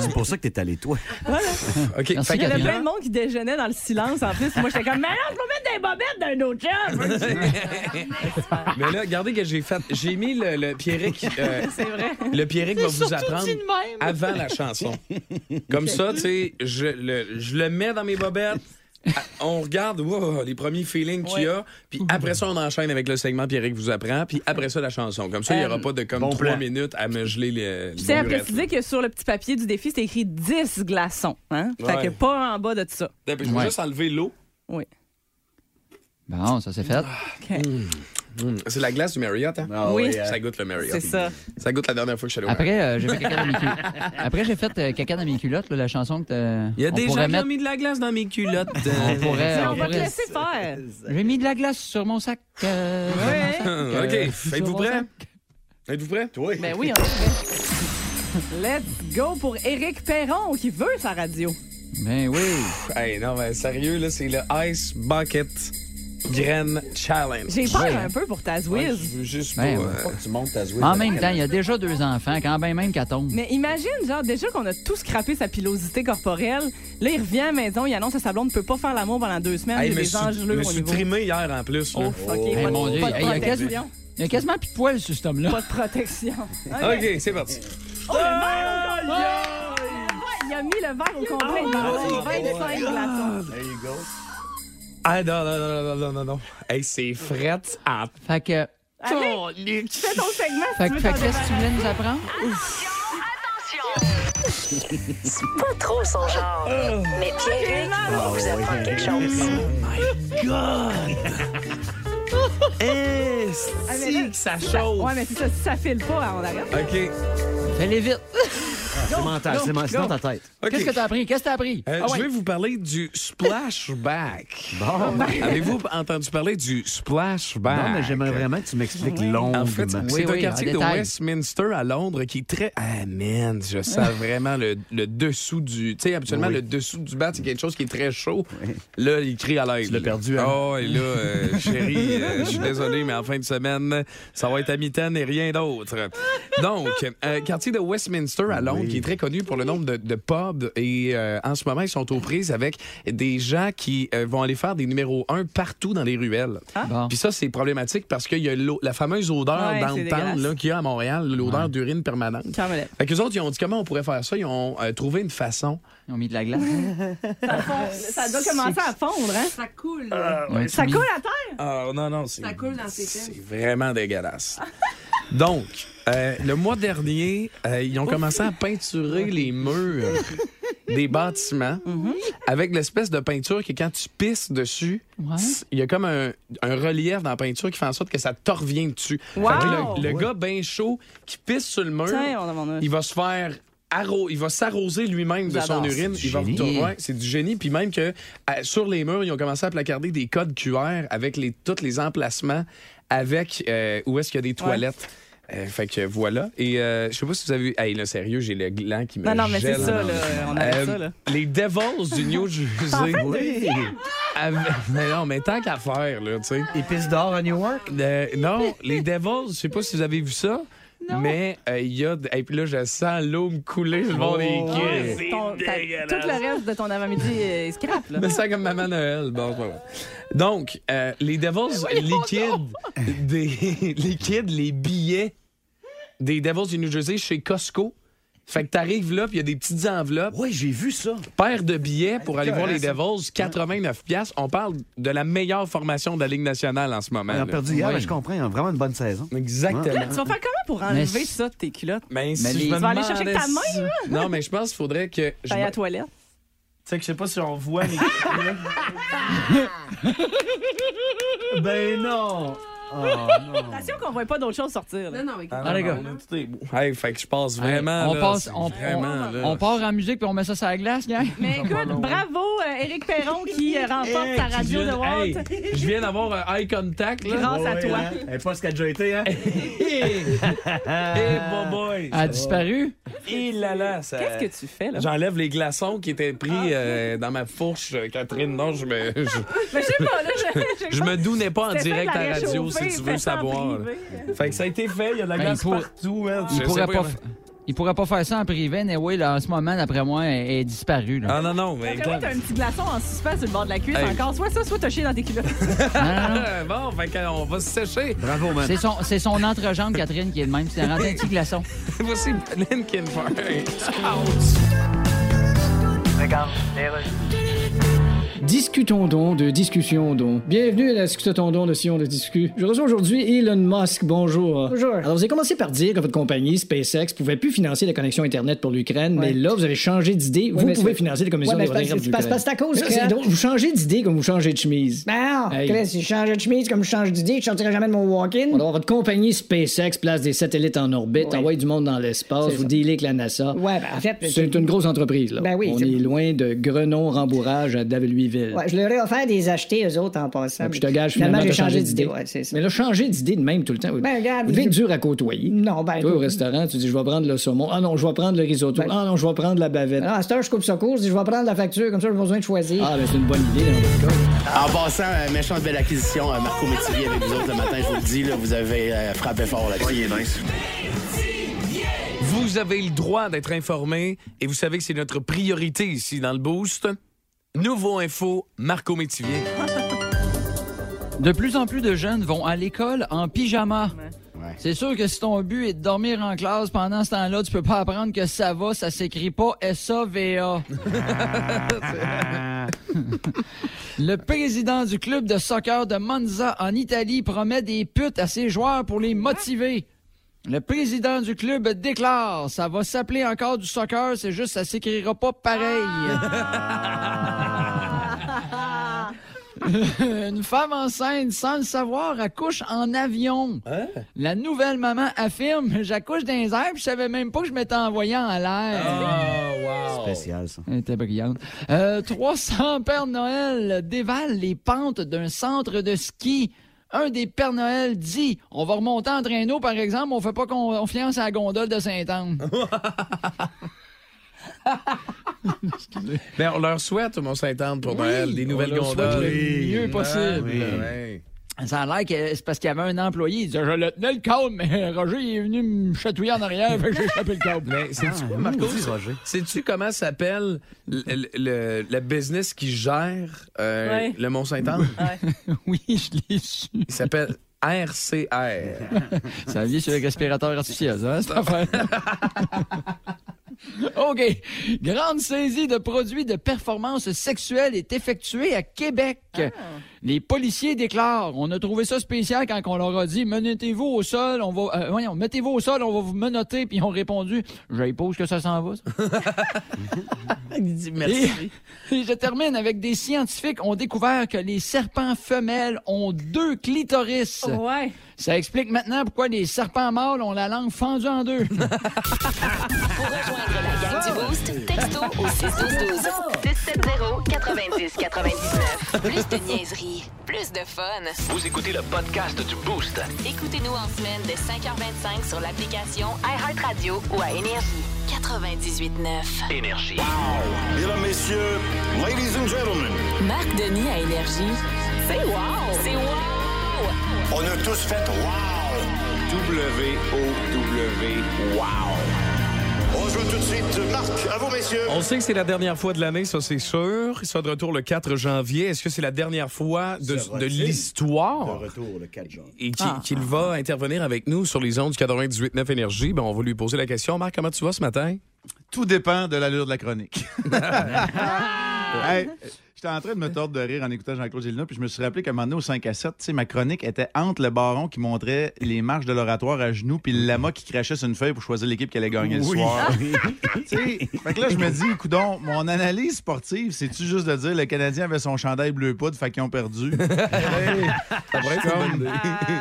c'est pour ça que t'es allé, toi. OK, Merci, fait Il y que- avait Gabriel. plein de monde qui déjeunait dans le silence en plus. Moi, j'étais comme, mais non, je vais mettre des bobettes d'un autre job. Mais là, regardez que j'ai fait. J'ai mis le, le Pierrick. euh, C'est vrai. Le Pierrick va vous apprendre avant la chanson. Comme ça, tu sais, je le, je le mets dans mes bobettes. à- On regarde wow, les premiers feelings qu'il y a, puis après ça, on enchaîne avec le segment Pierrick vous apprend, puis après ça, la chanson. Comme ça, il n'y Euh, aura pas de comme bon trois plan. minutes à me geler les. Je tiens à préciser que sur le petit papier du défi, c'est écrit 10 glaçons. Hein? Fait que Ouais. pas en bas de ça. Je vais Ouais. juste enlever l'eau. Oui. Bon, ça c'est fait. OK. Mm. C'est la glace du Marriott, hein? oui, oui, Ça goûte le Marriott. C'est ça. Ça goûte la dernière fois que je suis allé au Marriott. Ah Après, euh, j'ai fait caca dans mes culottes. Après, j'ai fait euh, caca dans mes culottes, là, la chanson que t'as- Il y a on des gens pourrait qui ont mettre- mis de la glace dans mes culottes. On pourrait. Tiens, Euh, on on va te pourrait- laisser faire. J'ai mis de la glace sur mon sac. euh, sur mon sac, euh, OK, sur êtes-vous mon prêts? sac. Êtes-vous prêts? Toi. Ben oui, on est prêt. Let's go pour Éric Perron qui veut sa radio. Ben oui. Hey, non, mais sérieux, là, c'est le Ice Bucket Grain Challenge. J'ai peur Ouais. un peu pour ta Ouais, Zwiz. je veux juste Ben, pas, ouais. euh, tu montes ta En même temps, il y a déjà deux enfants, quand ben même qu'elle tombe. Mais imagine, genre, déjà qu'on a tout scrappé sa pilosité corporelle. Là, il revient à la maison, il annonce à sa blonde ne peut pas faire l'amour pendant deux semaines. euh, Hey, il y a me des suis- engelures me au suis niveau. trimé hier en plus. là. Oh, fuck, OK, Hey, pas, mon de- Dieu, pas de hey, il y a protection. Il y a quasiment plus de poils sur cet homme-là. Pas de protection. OK, c'est parti. Oh, le verre au complet. Il a mis le verre au complet. Il va avoir 25 glaçons. Ah, non, non, non, non, non, non, non. Hey, c'est frette à... Fait que, Allez, tu fais ton segment si fait, tu que- veux fait t'en que qu'est-ce que tu voulais nous apprendre? Pas trop son genre. Mais Pierrick vous apprend quelque chose. Eh, mais là, si que ça débattre. chauffe. Ouais, mais c'est ça, si ça file pas, on arrête. OK, Fais-les vite. C'est mental, c'est mental. C'est dans ta tête. OK. Qu'est-ce que t'as appris? Qu'est-ce que t'as appris? Euh, Ah ouais. Je vais vous parler du splashback. Bon. Avez-vous entendu parler du splashback? Non, mais j'aimerais vraiment que tu m'expliques longuement. En fait, c'est Oui, un oui, quartier en de détail. Westminster à Londres qui est très. Ah, man, je sens vraiment le, le dessous du. Tu sais, habituellement, le dessous du bat, c'est quelque chose qui est très chaud. Là, il crie à l'aise. Tu l'as là. perdu, hein? Oh, et là, euh, chérie, euh, je suis désolé, mais en fin de semaine, ça va être à mi-temps et rien d'autre. Donc, euh, quartier de Westminster à Londres qui est très connu pour le nombre de, de pubs et euh, en ce moment, ils sont aux prises avec des gens qui euh, vont aller faire des numéros 1 partout dans les ruelles. Bon. Puis ça, c'est problématique parce qu'il y a l'eau- la fameuse odeur Ah. Ouais, c'est d'entente dégueulasse. là, qu'il y a à Montréal, l'odeur d'urine permanente. Carmelette. Fait qu'eux autres, ils ont dit comment on pourrait faire ça. Ils ont euh, trouvé une façon. Ils ont mis de la glace. Ça doit commencer à fondre, hein? Ouais, tu Ça mis- coule à terre. Ah non, non, c'est. Ça coule dans ses C'est vraiment dégueulasse. Donc, euh, le mois dernier, euh, ils ont commencé à peinturer les murs des bâtiments avec l'espèce de peinture que quand tu pisses dessus, c- il y a comme un, un relief dans la peinture qui fait en sorte que ça te revient dessus. Wow! Fait que le le Ouais. gars bien chaud qui pisse sur le mur, Tiens, on a mon œuf. il va se faire arro- il va s'arroser lui-même de son J'adore. urine. C'est Il va du génie. retourner- ouais, c'est du génie. Puis même que euh, sur les murs, ils ont commencé à placarder des codes QR avec les, tous les emplacements, avec euh, où est-ce qu'il y a des toilettes. Euh, fait que voilà. Et euh, je sais pas si vous avez vu. Hey, là, sérieux, j'ai le gland qui me. Non, non, mais gèle. Euh, c'est ça, là. On avait ça, là. Les Devils du New Jersey. T'en fais une deuxième? Avec- Mais non, mais tant qu'à faire, là, tu sais. Ils pissent d'or à Newark? non, les Devils, je sais pas si vous avez vu ça. Mais euh, il y a. Et puis là, je sens l'eau me couler sur le bord des Oh, cuisses. ton- ta- Tout le reste de ton avant-midi euh, est scrap, là. Mais ça comme Maman Noël. Bon, c'est pas grave. Donc, euh, les Devils liquident, des, liquident les billets des Devils du New Jersey chez Costco. Fait que t'arrives là, puis il y a des petites enveloppes. Oui, j'ai vu ça. Paire de billets pour aller voir les Devils, 89 piastres. On parle de la meilleure formation de la Ligue nationale en ce moment. Ils ont là. perdu hier, Oui. mais je comprends. Ils ont vraiment une bonne saison. Oh. Exactement. Là, tu vas faire comment pour enlever Mais- ça de tes culottes? Mais si Mais je les- me Tu vas aller chercher demandais avec ta main, si- là? Non, mais je pense qu'il faudrait que. je T'as à me- la toilette. Tu sais que je sais pas si on voit, mais. ben non! Attention qu'on voit pas d'autre chose sortir. Non, non, Ah, non, non, non, tout est beau. Hey, fait que je passe vraiment. on là, passe- c'est on- on- vraiment, là. On part en musique puis on met ça sur la glace, gang. Mais écoute, bravo, euh, Éric Perron qui euh, remporte Hey, sa qui radio vient- de Walt. hey, je viens d'avoir un eye contact. Là. Grâce à Ouais, toi. hein. Elle pas ce qu'elle a déjà été, hein? hey, bon boy! Elle a disparu? Il là là, ça... Qu'est-ce que tu fais, là? J'enlève les glaçons qui étaient pris euh, dans ma fourche, euh, Catherine. Non, je me. Je, Mais Ben, je sais pas, là, je- je- je me dounais pas en Stéphane direct à l'a la radio, si réchauffé, tu fais veux ça en savoir. privé. là. Fait que ça a été fait, il y a de la Ben, glace il faut- partout. hein. Il Je pourrait sais pas, comment- fa- il pourrait pas faire ça en privé, mais oui, là, en ce moment, d'après moi, elle elle est disparue. Là. Ah non, non, mais. Après, ouais, t'as un petit glaçon en suspens sur le bord de la cuisse Hey. encore. Soit ça, soit t'as chié dans tes culottes. Ah, Euh, bon, fait qu'on va se sécher. Bravo, C'est son, c'est son entrejambe, Catherine, qui est de même. C'est rendu un petit glaçon. Voici Lynn Kinfer. Regarde, Discutons donc de discussion donc. Bienvenue à la discussion donc de Sion de Discu. Je reçois aujourd'hui Elon Musk. Bonjour. Bonjour. Alors, vous avez commencé par dire que votre compagnie SpaceX pouvait plus financer la connexion Internet pour l'Ukraine, mais là, vous avez changé d'idée. Ouais, vous mais pouvez c'est- financer la connexion Ouais, mais c'est Internet parce- pour c'est parce- parce que l'Ukraine. c'est à cause Là, que- c'est drôle. Vous changez d'idée comme vous changez de chemise. Ben non, Hey. Chris, si je changeais de chemise comme je change d'idée, je sortirais jamais de mon walk-in. Alors, votre compagnie SpaceX place des satellites en orbite, Ouais. envoie du monde dans l'espace, C'est vous ça. dealez avec la NASA. Ouais, ben en fait, c'est une grosse entreprise, là. Ben oui, On c'est- est loin de Grenon-Rembourage à Daveluiville. Ouais, je leur ai offert des achetés, eux autres, en passant. Ah, puis je te gage, Finalement, finalement, j'ai t'as changé changé d'idée. d'idée. Ouais, c'est ça. Mais là, changer d'idée de même tout le temps. Ben, regarde, vous devez être je- dur à côtoyer. Non, ben. Toi, au restaurant, tu dis, je vais prendre le saumon. Ah non, je vais prendre le risotto. Ben- Ah non, je vais prendre la bavette. Non, à cette heure, je coupe ça court, je dis, je vais prendre la facture, comme ça, j'ai pas besoin de choisir. Ah, ben, c'est une bonne idée, dans votre cas. En passant, euh, méchante belle acquisition, euh, Marco Métivier avec vous autres le matin, je vous le dis, là, vous avez euh, frappé fort là-dessus. Vous avez le droit d'être informé et vous savez que c'est notre priorité ici dans le Boost. Nouveau info, Marco Métivier. De plus en plus de jeunes vont à l'école en pyjama. C'est sûr que si ton but est de dormir en classe pendant ce temps-là, tu peux pas apprendre que ça va, ça s'écrit pas S-A-V-A. Le président du club de soccer de Monza en Italie promet des putes à ses joueurs pour les motiver. Le président du club déclare Ça va s'appeler encore du soccer, c'est juste ça s'écrira pas pareil. Une femme enceinte, sans le savoir, accouche en avion. La nouvelle maman affirme J'accouche dans les airs, puis je savais même pas que je m'étais envoyé en l'air. Ah. Spécial, ça. Elle était brillante. Euh, 300 Pères Noël dévalent les pentes d'un centre de ski. Un des Pères Noël dit On va remonter en traîneau, par exemple, on fait pas con- confiance à la gondole de Saint-Anne. Ben, on leur souhaite au Mont-Saint-Anne pour Noël des nouvelles on leur souhaite gondoles. Ben le mieux possible. Ah, Oui. Ça a l'air que c'est parce qu'il y avait un employé. Il disait Je le tenais le câble, mais Roger il est venu me chatouiller en arrière, fait que j'ai échappé le câble. Mais Ben, Ah, sais-tu quoi, Marco? Sais-tu comment s'appelle le, le- le- la business qui gère euh, Ouais. le Mont-Saint-Anne? oui, je l'ai su. Il s'appelle RCR. Ça vient sur le respirateur artificiel, hein, cette affaire. OK. Grande saisie de produits de performance sexuelle est effectuée à Québec. Les policiers déclarent, on a trouvé ça spécial quand on leur a dit, menotez-vous au sol, on va, euh, voyons, mettez-vous au sol, on va vous menoter, puis ils ont répondu, je pas où est-ce que ça s'en va. ça. Et- et je termine avec des scientifiques ont découvert que les serpents femelles ont deux clitoris. Ouais. Ça explique maintenant pourquoi les serpents mâles ont la langue fendue en deux. Pour rejoindre la gang du Boost, texto au 612 670 90 99. Plus de niaiserie, plus de fun. Vous écoutez le podcast du Boost. Écoutez-nous en semaine de 5h25 sur l'application iHeartRadio ou à Énergie. 98.9. Énergie. Mesdames, messieurs, ladies and gentlemen, Marc Denis à Énergie. C'est wow! C'est wow! on a tous fait wow! W-O-W, wow! On joue tout de suite. Marc, à vous, messieurs. On sait que c'est la dernière fois de l'année, ça c'est sûr. Il sera de retour le 4 janvier. Est-ce que c'est la dernière fois de, de l'histoire De retour le 4 janvier. et qui- qu'il Ah. va intervenir avec nous sur les ondes du 98.9 Énergie? Ben, on va lui poser la question. Marc, comment tu vas ce matin? Tout dépend de l'allure de la chronique. Hey, J'étais en train de me tordre de rire en écoutant Jean-Claude Gélina, puis je me suis rappelé qu'à un moment donné, au 5 à 7, tu sais, ma chronique était entre le baron qui montrait les marches de l'oratoire à genoux, puis le lama qui crachait sur une feuille pour choisir l'équipe qui allait gagner le Oui. soir. Tu sais, fait que là, je me dis, coudon, mon analyse sportive, c'est-tu juste de dire le Canadien avait son chandail bleu poudre, fait qu'ils ont perdu? Hey, Ça pourrait être une bonne idée.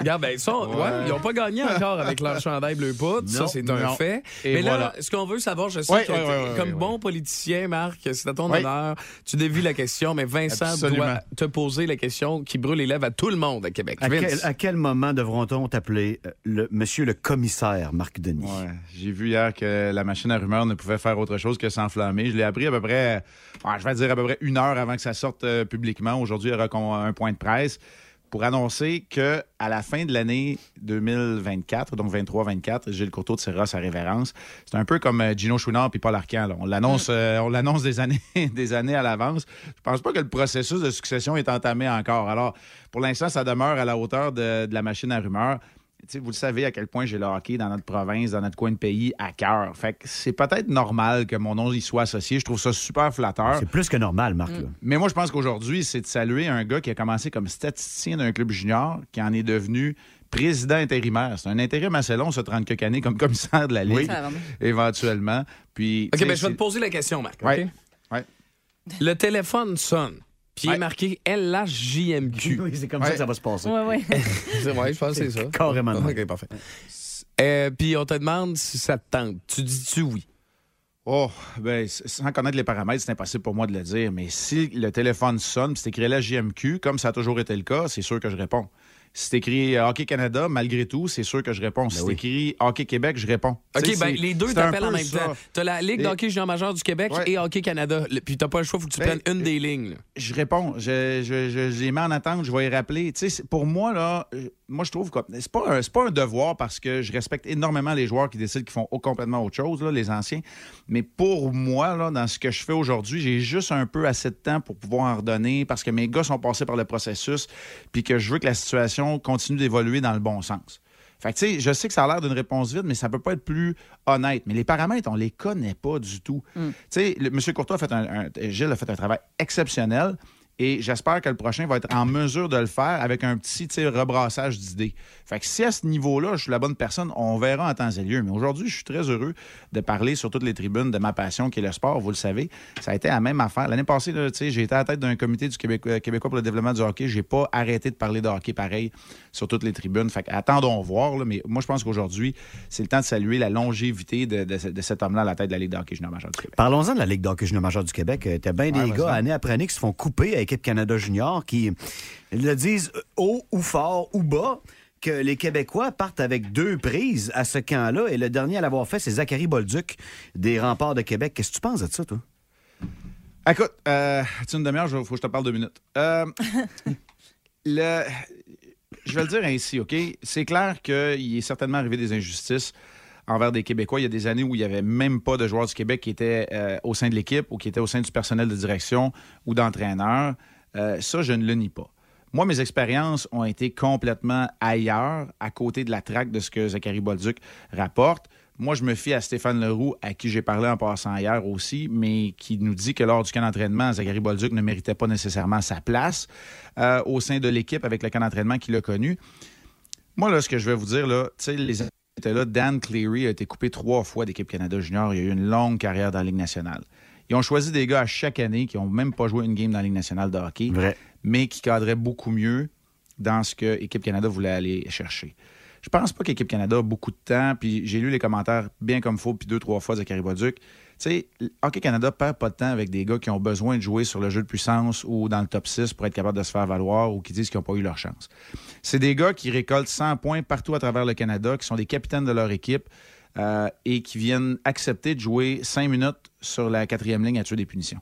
Regarde, ben, ça, on- Ouais. ouais, ils n'ont pas gagné encore avec leur chandail bleu poudre. Ça, Non, c'est un non. fait. Et Mais là, voilà. ce qu'on veut savoir, je sais Ouais, que ouais, t'es- ouais, ouais, comme ouais. bon politicien, Marc, c'est à ton Ouais. honneur. Tu dévis la question, mais Vincent Absolument. doit te poser la question qui brûle les lèvres à tout le monde à Québec. À Vince. quel, à quel moment devront-on t'appeler euh, le, monsieur le commissaire, Marc Denis? J'ai vu hier que la machine à rumeurs ne pouvait faire autre chose que s'enflammer. Je l'ai appris à peu près, euh, ah, je vais dire à peu près une heure avant que ça sorte euh, publiquement. Aujourd'hui, il y aura con- un point de presse pour annoncer que à la fin de l'année 2024, donc 23-24, Gilles Courteau tirera sa révérence. C'est un peu comme euh, Gino Chouinard puis Paul Arcand. là. On l'annonce, euh, on l'annonce des années, des années à l'avance. Je pense pas que le processus de succession est entamé encore. Alors, pour l'instant, ça demeure à la hauteur de- de la machine à rumeurs. Tu sais, vous le savez à quel point j'ai le hockey dans notre province, dans notre coin de pays, à cœur. Fait que c'est peut-être normal que mon nom y soit associé. Je trouve ça super flatteur. C'est plus que normal, Marc. là. Mais moi, je pense qu'aujourd'hui, c'est de saluer un gars qui a commencé comme statisticien d'un club junior, qui en est devenu président intérimaire. C'est un intérim assez long, ce 30 quelques années, comme commissaire de la Ligue, Oui. Ça, vraiment. éventuellement. Puis, tu OK, sais, ben, je vais te c'est- poser la question, Marc. Ouais. OK? Ouais. Le téléphone sonne, puis il est marqué LHJMQ. Oui, c'est comme ça que ça va se passer. Ouais, ouais. C'est- ouais, je pense que c'est ça. Carrément. OK, parfait. Euh, puis on te demande si ça te tente. Tu dis-tu oui? Oh, ben, s- sans connaître les paramètres, c'est impossible pour moi de le dire, mais si le téléphone sonne, puis c'est écrit là JMQ, comme ça a toujours été le cas, c'est sûr que je réponds. Si c'est écrit euh, Hockey Canada, malgré tout, c'est sûr que je réponds. si c'est écrit Hockey Québec, je réponds. Tu OK, sais, ben c'est- les deux c'est un t'appellent en peu même ça. temps. T'as la Ligue Et- d'hockey junior majeur du Québec Ouais. et Hockey Canada. Le- Puis t'as pas le choix, faut que tu Ben, prennes une des lignes. là. Je réponds. Je, je, je- je les mets en attente, je vais y rappeler. Tu sais, c'est- pour moi, là, euh, moi, je trouve que c'est pas, un- c'est pas un devoir parce que je respecte énormément les joueurs qui décident qu'ils font au- complètement autre chose, là, les anciens. Mais pour moi, là, dans ce que je fais aujourd'hui, j'ai juste un peu assez de temps pour pouvoir en redonner parce que mes gars sont passés par le processus puis que je veux que la situation continue d'évoluer dans le bon sens. Fait que, tu sais, je sais que ça a l'air d'une réponse vide, mais ça peut pas être plus honnête. Mais les paramètres, on les connaît pas du tout. Tu sais, le- M. Courtois a fait un, un- Gilles a fait un travail exceptionnel. Et j'espère que le prochain va être en mesure de le faire avec un petit tu sais, rebrassage d'idées. Fait que si à ce niveau-là, je suis la bonne personne, on verra en temps et lieu. Mais aujourd'hui, je suis très heureux de parler sur toutes les tribunes de ma passion qui est le sport. Vous le savez, ça a été la même affaire. L'année passée, là, tu sais, j'ai été à la tête d'un comité du Québec- euh, Québécois pour le développement du hockey. J'ai pas arrêté de parler de hockey pareil sur toutes les tribunes. Fait que attendons voir. là, mais moi, je pense qu'aujourd'hui, c'est le temps de saluer la longévité de, de ce- de cet homme-là à la tête de la Ligue de hockey junior majeur du Québec. Parlons-en de la Ligue d'hockey junior majeur du Québec. Euh, T'as bien des vas-y. gars, année après année, qui se font couper à Équipe Canada junior, qui le disent euh, haut ou fort ou bas, que les Québécois partent avec deux prises à ce camp-là. Et le dernier à l'avoir fait, c'est Zachary Bolduc, des Remparts de Québec. Qu'est-ce que tu penses de ça, toi? Écoute, euh, tu une demi-heure, il faut que je te parle deux minutes. Euh, le- je vais le dire ainsi, OK? C'est clair qu'il est certainement arrivé des injustices envers des Québécois. Il y a des années où il n'y avait même pas de joueurs du Québec qui étaient euh, au sein de l'équipe ou qui étaient au sein du personnel de direction ou d'entraîneur. Euh, ça, je ne le nie pas. Moi, mes expériences ont été complètement ailleurs, à côté de la traque de ce que Zachary Bolduc rapporte. Moi, je me fie à Stéphane Leroux, à qui j'ai parlé en passant hier aussi, mais qui nous dit que lors du camp d'entraînement, Zachary Bolduc ne méritait pas nécessairement sa place euh, au sein de l'équipe avec le camp d'entraînement qu'il a connu. Moi, là, ce que je vais vous dire, là, tu sais, les années qui étaient là, Dan Cleary a été coupé trois fois d'équipe Canada Junior. Il a eu une longue carrière dans la Ligue nationale. Ils ont choisi des gars à chaque année qui n'ont même pas joué une game dans la Ligue nationale de hockey, mais qui cadraient beaucoup mieux dans ce que Équipe Canada voulait aller chercher. Je pense pas qu'Équipe Canada a beaucoup de temps, puis j'ai lu les commentaires bien comme faux, puis deux, trois fois de Cariboduc. Tu sais, Hockey Canada perd pas de temps avec des gars qui ont besoin de jouer sur le jeu de puissance ou dans le top 6 pour être capable de se faire valoir ou qui disent qu'ils n'ont pas eu leur chance. C'est des gars qui récoltent 100 points partout à travers le Canada, qui sont des capitaines de leur équipe euh, et qui viennent accepter de jouer 5 minutes sur la quatrième ligne à tuer des punitions.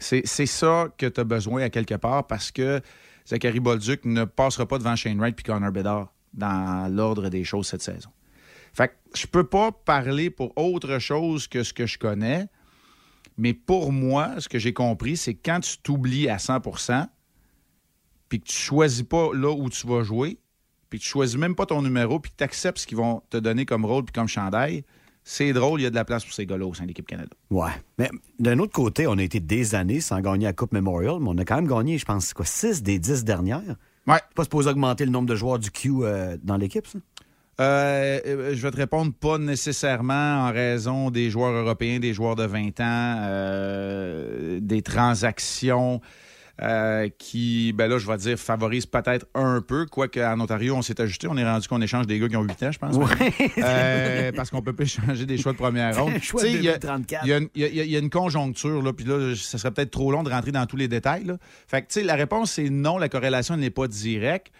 C'est c'est ça que tu as besoin à quelque part parce que Zachary Bolduc ne passera pas devant Shane Wright puis Connor Bedard dans l'ordre des choses cette saison. Fait que je peux pas parler pour autre chose que ce que je connais, mais pour moi, ce que j'ai compris, c'est que quand tu t'oublies à 100 puis que tu choisis pas là où tu vas jouer, puis que tu choisis même pas ton numéro, puis que tu acceptes ce qu'ils vont te donner comme rôle puis comme chandail, c'est drôle, il y a de la place pour ces gars-là au sein de l'équipe Canada. Ouais. Mais d'un autre côté, on a été des années sans gagner la Coupe Memorial, mais on a quand même gagné, je pense, quoi, 6 des 10 dernières. Ouais. Pas supposé augmenter le nombre de joueurs du Q euh, dans l'équipe, ça? Euh, euh, je vais te répondre pas nécessairement en raison des joueurs européens, des joueurs de 20 ans, euh, des transactions euh, qui, ben là, je vais dire, favorisent peut-être un peu, quoique en Ontario, on s'est ajusté, on est rendu qu'on échange des gars qui ont 8 ans, je pense. Euh, parce qu'on peut pas échanger des choix de première ronde. Un choix Tu sais, de il y a- 2034. Il y, a une- il y a- il y a une conjoncture, là, puis là, ça serait peut-être trop long de rentrer dans tous les détails. là. Fait que, tu sais, la réponse, c'est non, la corrélation n'est pas directe.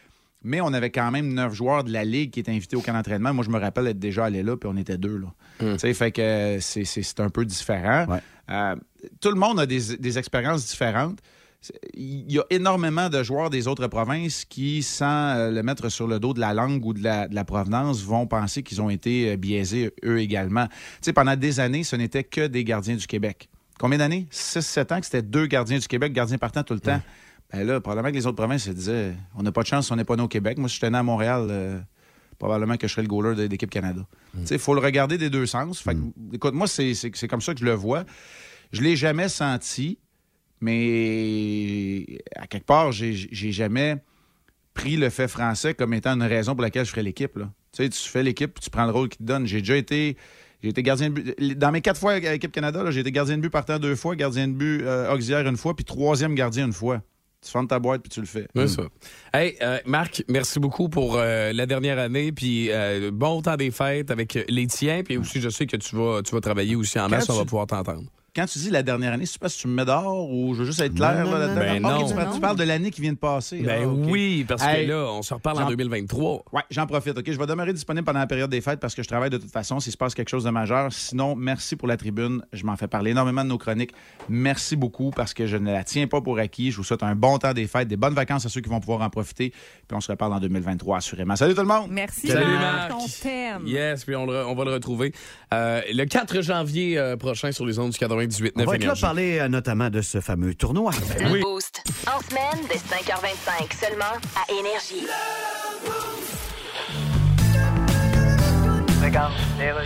Mais on avait quand même neuf joueurs de la Ligue qui étaient invités au camp d'entraînement. Moi, je me rappelle être déjà allé là, puis on était deux. Là. Tu sais, Fait que euh, c'est- c'est c'est un peu différent. Euh, tout le monde a des, des expériences différentes. C'est- Il y a énormément de joueurs des autres provinces qui, sans euh, le mettre sur le dos de la langue ou de la, de la provenance, vont penser qu'ils ont été euh, biaisés eux également. Tu sais, pendant des années, ce n'était que des gardiens du Québec. Combien d'années? 6-7 ans que c'était deux gardiens du Québec, gardiens partant tout le temps. Ben là, probablement que les autres provinces se disaient on n'a pas de chance, on n'est pas né au Québec. Moi, si j'étais né à Montréal, euh, probablement que je serais le goaler de l'équipe Canada. Il faut le regarder des deux sens. Fait que, Écoute, moi, c'est- c'est c'est comme ça que je le vois. Je l'ai jamais senti, mais à quelque part, j'ai- j'ai jamais pris le fait français comme étant une raison pour laquelle je ferais l'équipe. là. Tu sais, tu fais l'équipe, puis tu prends le rôle qu'ils te donnent. J'ai déjà été, j'ai été gardien de but. Dans mes quatre fois à l'équipe Canada, là, j'ai été gardien de but partant deux fois, gardien de but euh, auxiliaire une fois, puis troisième gardien une fois. Tu fermes ta boîte, puis tu le fais. C'est ça. Hey, euh, Marc, merci beaucoup pour euh, la dernière année, puis euh, bon temps des fêtes avec les tiens, puis aussi je sais que tu vas, tu vas travailler aussi en Quand masse, on tu- va pouvoir t'entendre. Quand tu dis la dernière année, c'est parce que tu me mets dehors ou je veux juste être clair Non, là, là-dedans? non, non, Ah, ok, non, tu, parles- non. tu parles de l'année qui vient de passer. Ben Ah, ok. oui, parce que Hey, là, on se reparle en j'en- 2023. Ouais, j'en profite. OK, je vais demeurer disponible pendant la période des fêtes parce que je travaille de toute façon s'il se passe quelque chose de majeur. Sinon, merci pour la tribune. Je m'en fais parler énormément de nos chroniques. Merci beaucoup parce que je ne la tiens pas pour acquis. Je vous souhaite un bon temps des fêtes, des bonnes vacances à ceux qui vont pouvoir en profiter. Puis on se reparle en 2023, assurément. Salut tout le monde! Merci, Salut, Marc. Marc. On t'aime. Yes, puis on le, re- on va le retrouver euh, le 4 janvier euh, prochain sur les ondes du 98.9 On va être là Énergie. parler euh, notamment de ce fameux tournoi. Le Boost. En semaine, dès 5h25 seulement à Énergie. Regarde, les rues.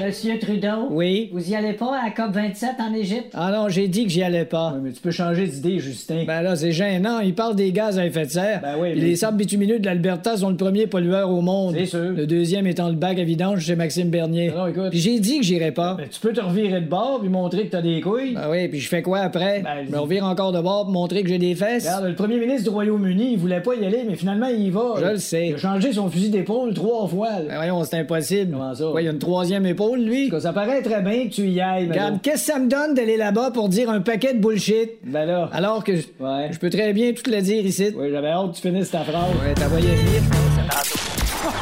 Monsieur Trudeau? Oui? Vous y allez pas à la COP27 en Égypte? Ah non, j'ai dit que j'y allais pas. mais tu peux changer d'idée, Justin. Ben là, c'est gênant. Il parle des gaz à effet de serre. Ben oui, mais- Les sables bitumineux de l'Alberta sont le premier pollueur au monde. C'est sûr. Le deuxième étant le bac à vidange chez Maxime Bernier. Non, écoute. Puis j'ai dit que j'irais pas. Ben tu peux te revirer de bord puis montrer que t'as des couilles. Ben oui, puis je fais quoi après? je me revire encore de bord pour montrer que j'ai des fesses. Regarde, le premier ministre du Royaume-Uni, il voulait pas y aller, mais finalement, il y va. Je le sais. Il a changé son fusil d'épaule trois fois. là. Ben voyons, c'est impossible. Comment ça? il y a une troisième épaule, lui. Ça paraît très bien que tu y ailles, mais Regarde, bon. qu'est-ce que ça me donne d'aller là-bas pour dire un paquet de bullshit? Ben là. Alors que je je peux très bien tout le dire ici. Oui, j'avais hâte que tu finisses ta phrase. Ouais, t'as voyé venir.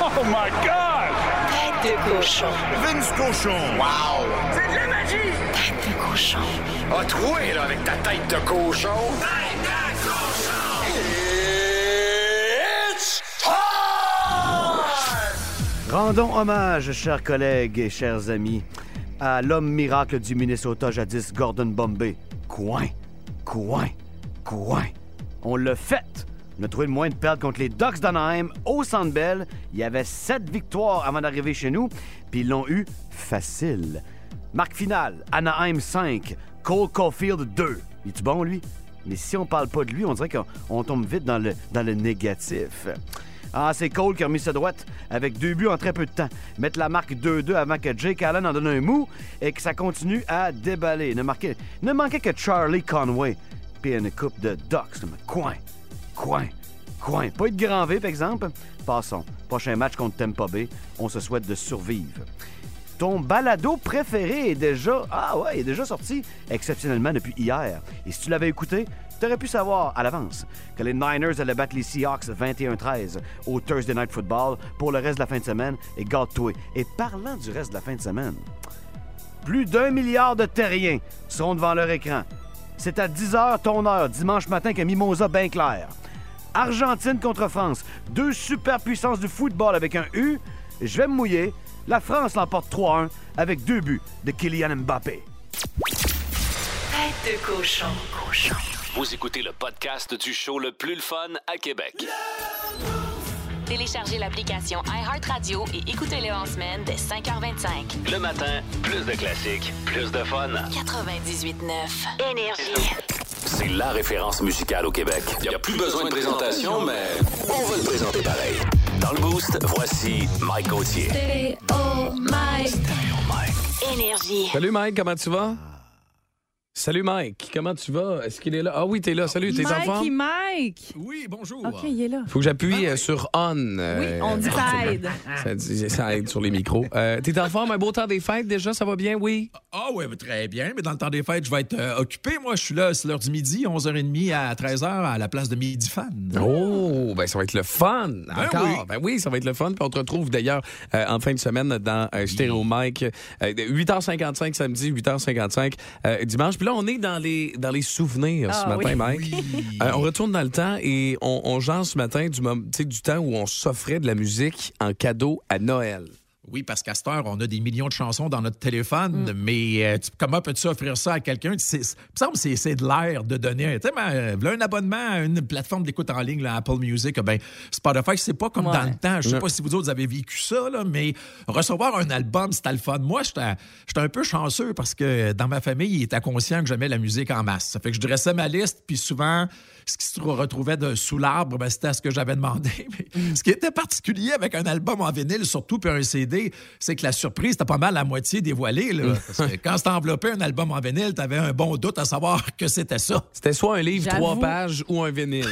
Oh my God! Tête de cochon. Vince cochon. Wow! C'est de la magie! Tête de cochon. A troué, là, avec ta tête de cochon. Tête de cochon! It's time! Rendons hommage, chers collègues et chers amis, à l'homme miracle du Minnesota jadis, Gordon Bombay. Coin, coin, coin. On l'a fait. On a trouvé le moyen de perdre contre les Ducks d'Anaheim au Centre Bell. Il y avait sept victoires avant d'arriver chez nous, puis ils l'ont eu facile. Marque finale, Anaheim 5, Cole Caulfield 2. Il est bon, lui? Mais si on parle pas de lui, on dirait qu'on on tombe vite dans le, dans le négatif. Ah, c'est Cole qui a remis sa droite avec deux buts en très peu de temps. Mettre la marque 2-2 avant que Jake Allen en donne un mou et que ça continue à déballer. Ne, marquer- ne manquait que Charlie Conway. Puis une coupe de Ducks. Mais coin, coin, coin. Pas eu de grand V, par exemple. Passons. Prochain match contre Tampa Bay. On se souhaite de survivre. Ton balado préféré est déjà. Ah ouais, il est déjà sorti exceptionnellement depuis hier. Et si tu l'avais écouté, t'aurais pu savoir à l'avance que les Niners allaient battre les Seahawks 21-13 au Thursday Night Football pour le reste de la fin de semaine et garde-toi. Et parlant du reste de la fin de semaine, plus d'un milliard de terriens seront devant leur écran. C'est à 10h ton heure, dimanche matin, que Mimosa bien clair. Argentine contre France, deux superpuissances du football avec un U. Je vais me mouiller. La France l'emporte 3-1 avec deux buts de Kylian Mbappé. Tête de cochon. Vous écoutez le podcast du show le plus le fun à Québec. Téléchargez l'application iHeartRadio et écoutez-le en semaine dès 5h25. Le matin, plus de classiques, plus de fun. 98.9 Énergie. C'est la référence musicale au Québec. Il n'y a plus besoin de présentation, mais on va le présenter pareil. Dans le boost, voici Mike Gauthier. Oh my. Énergie. Salut Mike, comment tu vas? Salut Mike, comment tu vas? Est-ce qu'il est là? Ah oui, t'es là. Salut, tes enfants. Mikey Mike! Oui, bonjour. OK, il est là. Faut que j'appuie euh, sur on. euh, Oui, on dit ça aide. Ça, dit- ça aide sur les micros. Euh, T'es en forme, un beau temps des fêtes déjà, ça va bien, oui? Ah ouais, mais très bien. Mais dans le temps des fêtes, je vais être euh, occupé. Moi, je suis là, c'est l'heure du midi, 11h30 à 13h à la place de Midi Fan. Oh, ben ça va être le fun encore. oui. Ben oui, ça va être le fun. Puis on te retrouve d'ailleurs euh, en fin de semaine dans euh, Stéréo Mike, euh, de 8h55 samedi, 8h55 euh, dimanche. Puis là, on est dans les dans les souvenirs ce Ah, matin, oui. Mike. Euh, on retourne dans le temps et on, on genre ce matin du, mom- tu sais, du temps où on s'offrait de la musique en cadeau à Noël. Oui, parce qu'à cette heure, on a des millions de chansons dans notre téléphone, mais euh, tu- comment peux-tu offrir ça à quelqu'un? C'est- c'est- Il me semble que c'est- c'est de l'air de donner un, tu sais, ben, euh, voilà un abonnement à une plateforme d'écoute en ligne, là, Apple Music, ben, Spotify, c'est pas comme Ouais. dans le temps. Je sais Non. pas si vous autres avez vécu ça, là, mais recevoir un album, c'était le fun. Moi, j'étais j'étais un peu chanceux parce que dans ma famille, il était conscient que j'aimais la musique en masse. Ça fait que je dressais ma liste, puis souvent, ce qui se trou- retrouvait de, sous l'arbre, ben, c'était ce que j'avais demandé. Mais ce qui était particulier avec un album en vinyle, surtout, puis un CD, c'est que la surprise était pas mal à moitié dévoilée. là. parce que quand c'était enveloppé un album en vinyle, t'avais un bon doute à savoir que c'était ça. C'était soit un livre, J'avoue. trois pages ou un vinyle.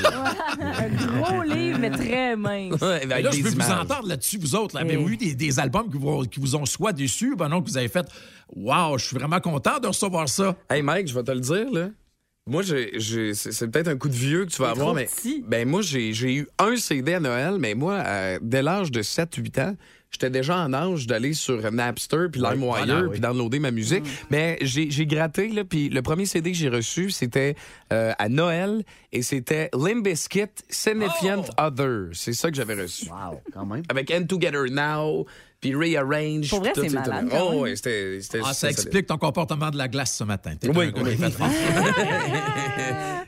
un gros livre, mais très mince. Ouais, Mais avec là, des je veux vous images. entendre là-dessus, vous autres. Là. Oui. Mais Mm. oui, des, des albums qui vous, qui vous ont soit déçus, ben non, que vous avez fait Waouh, je suis vraiment content de recevoir ça. Hey Mike, je vais te le dire, là. Moi, j'ai, j'ai- c'est c'est peut-être un coup de vieux que tu vas T'es avoir, trop mais petit. ben moi, j'ai, j'ai eu un CD à Noël, mais moi, euh, dès l'âge de 7-8 ans, j'étais déjà en âge d'aller sur Napster, puis LimeWire, voilà, Ah oui. puis downloader ma Mm. musique. Mais j'ai, j'ai gratté, là, puis le premier CD que j'ai reçu, c'était euh, à Noël, et c'était Limbiskit Significant Oh! Other. C'est ça que j'avais reçu. Wow, quand même. Avec End Together Now, puis Rearrange. Pour vrai, puis tout, c'est tout, tout. malade, quand Oh, même. ouais, c'était, c'était- Ah, ça c'était solide. explique ton comportement de la glace ce matin. T'es Oui, un gars oui. qui fait froid. Ah.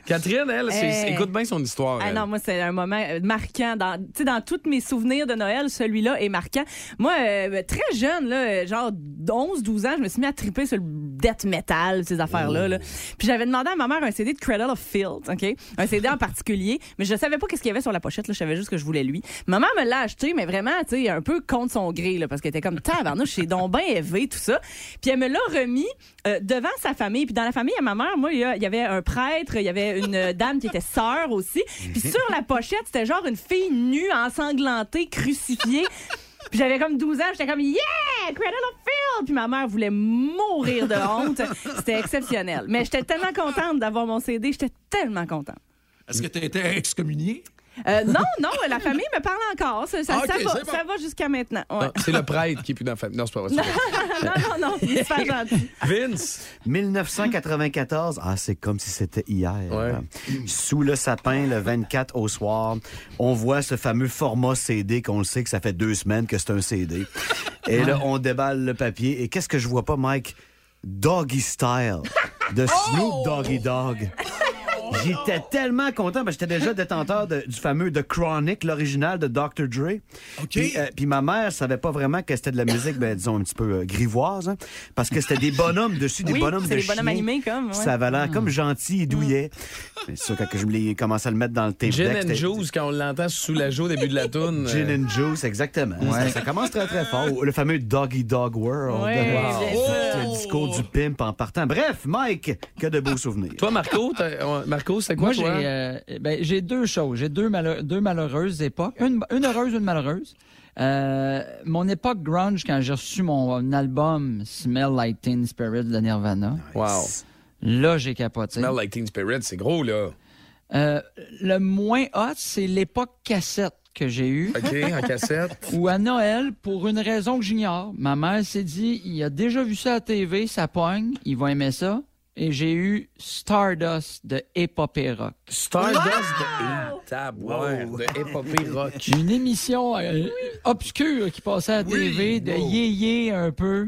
Catherine, elle, c'est- Eh. écoute bien son histoire. Ah elle. non, moi, c'est un moment euh, marquant. Dans, tu sais, dans tous mes souvenirs de Noël, celui-là est marquant. Moi, euh, très jeune, là, euh, genre 11, 12 ans, je me suis mis à triper sur le death metal, ces affaires-là. là. Oh. Puis j'avais demandé à ma mère un CD de Cradle of Filth, OK? Un CD en particulier. Mais je savais pas qu'est-ce qu'il y avait sur la pochette, là. Je savais juste que je voulais lui. Ma mère me l'a acheté, mais vraiment, tu sais, un peu contre son gré, là, parce qu'elle était comme, tabarnouche, c'est donc bien élevé, tout ça. Puis elle me l'a remis euh, devant sa famille. Puis dans la famille à ma mère, moi, il y, a- il y avait un prêtre, il y avait une euh, dame qui était sœur aussi. Puis Mhm. sur la pochette, c'était genre une fille nue, ensanglantée, crucifiée. Puis j'avais comme 12 ans, j'étais comme Yeah! Cradle of Filth! Puis ma mère voulait mourir de honte. C'était exceptionnel. Mais j'étais tellement contente d'avoir mon CD, j'étais tellement contente. Est-ce que tu étais excommunié? Euh, non, non, la famille me parle encore. Ça, ça- Ah, ok, ça va, c'est bon. Ah. ça va jusqu'à maintenant. Ouais. Non, c'est le prêtre qui est plus dans la famille. Non, c'est pas vrai. c'est Non, pas vrai. non, non, c'est super gentil. Vince! 1994, ah, c'est comme si c'était hier. Sous le sapin, le 24 au soir, on voit ce fameux format CD qu'on le sait que ça fait deux semaines que c'est un CD. Et là, on déballe le papier. Et qu'est-ce que je vois pas, Mike? Doggy Style de Snoop Doggy Dog. J'étais tellement content parce que j'étais déjà détenteur de- du fameux The Chronic, l'original de Dr. Dre. Puis, euh, puis ma mère savait pas vraiment que c'était de la musique, ben, disons, un petit peu euh, grivoise, hein, parce que c'était des bonhommes dessus, des Oui, bonhommes c'est de des bonhommes chiens. animés, comme, ouais. Mm. Ça avait l'air comme gentil et douillet. C'est sûr, quand que je me l'ai commencé à le mettre dans le tape deck, Gin and c'était- Juice, quand on l'entend sous la joue au début de la toune. euh, Gin and Juice, exactement. Ça, ça commence très, très fort. Le fameux Doggy Dog World. Ouais, Wow. bien sûr. C'est le discours du pimp en partant. Bref, Mike, que de Ah. beaux souvenirs. Toi, Marco, t'as- on- Marco, c'est quoi, Moi, j'ai toi? euh, ben, j'ai deux choses. J'ai deux, malheur- deux malheureuses époques. Une, une heureuse, une malheureuse. Euh, mon époque grunge, quand j'ai reçu mon album Smell Like Teen Spirit de Nirvana. Là, j'ai capoté. Smell like Teen Spirit, c'est gros, là. Euh, le moins hot, c'est l'époque cassette que j'ai eue. OK, en cassette. Ou à Noël, pour une raison que j'ignore, ma mère s'est dit, il a déjà vu ça à la TV, ça pogne, il va aimer ça. Et j'ai eu Stardust de Epopée Rock. Stardust de Tabouère, de épopée rock. Une émission euh, obscure qui passait à la TV, de yéyé un peu.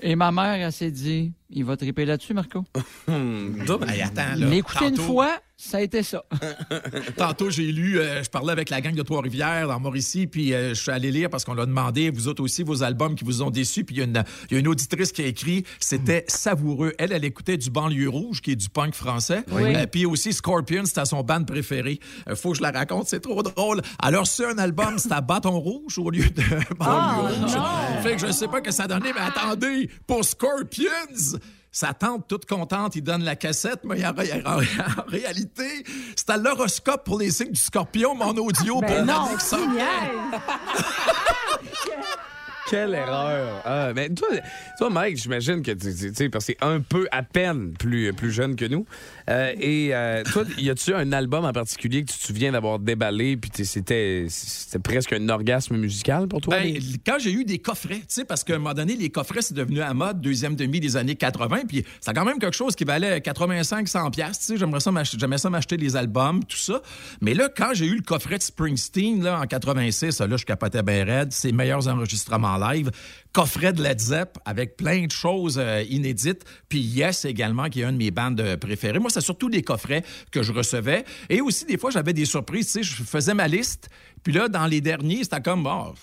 Et ma mère, elle s'est dit, il va triper là-dessus, Marco. Hey, attends, là. Mais écoutez une Tantôt- fois, ça a été ça. Tantôt, j'ai lu, euh, je parlais avec la gang de Trois-Rivières dans Mauricie, puis euh, je suis allé lire parce qu'on l'a demandé, vous autres aussi, vos albums qui vous ont déçus. Puis il y, a une- il y a une auditrice qui a écrit, Hmm. c'était savoureux. Elle, elle écoutait du Banlieue Rouge, qui est du punk français. Oui. Euh, puis aussi Scorpion, c'était son band préféré. Euh, faut que je la raconte, c'est trop drôle. Alors, c'est un album, c'était à Bâton Rouge au lieu de Banlieue Rouge. Fait que je sais pas que ça donnait, mais attendez, pour Scorpions! Sa tante, toute contente, il donne la cassette, mais en, ré- en ré- en réalité, c'est à l'horoscope pour les signes du scorpion, mon audio Ben pour non, Véronique Sanson. Quelle erreur! Ah, mais toi, toi, Mike, j'imagine que tu tu- tu sais, parce que c'est un peu à peine plus, plus jeune que nous. Euh, et euh, toi, y a-tu un album en particulier que tu te souviens d'avoir déballé, puis t'es- c'était c'était presque un orgasme musical pour toi? Ben, les- quand j'ai eu des coffrets, tu sais, parce qu'à un moment donné, les coffrets, c'est devenu à mode, deuxième demi des années 80, puis c'était quand même quelque chose qui valait 85, 100 piastres, tu sais, j'aimerais ça m'ach- j'aimais ça m'acheter des albums, tout ça. Mais là, quand j'ai eu le coffret de Springsteen, là, en 86, là, je capotais bien raide, ses meilleurs enregistrements live, coffret de Led Zepp avec plein de choses euh, inédites, puis Yes également, qui est un de mes bandes euh, préférées. Moi, c'est surtout des coffrets que je recevais, et aussi, des fois, j'avais des surprises, tu sais, je faisais ma liste, puis là, dans les derniers, c'était comme, bon,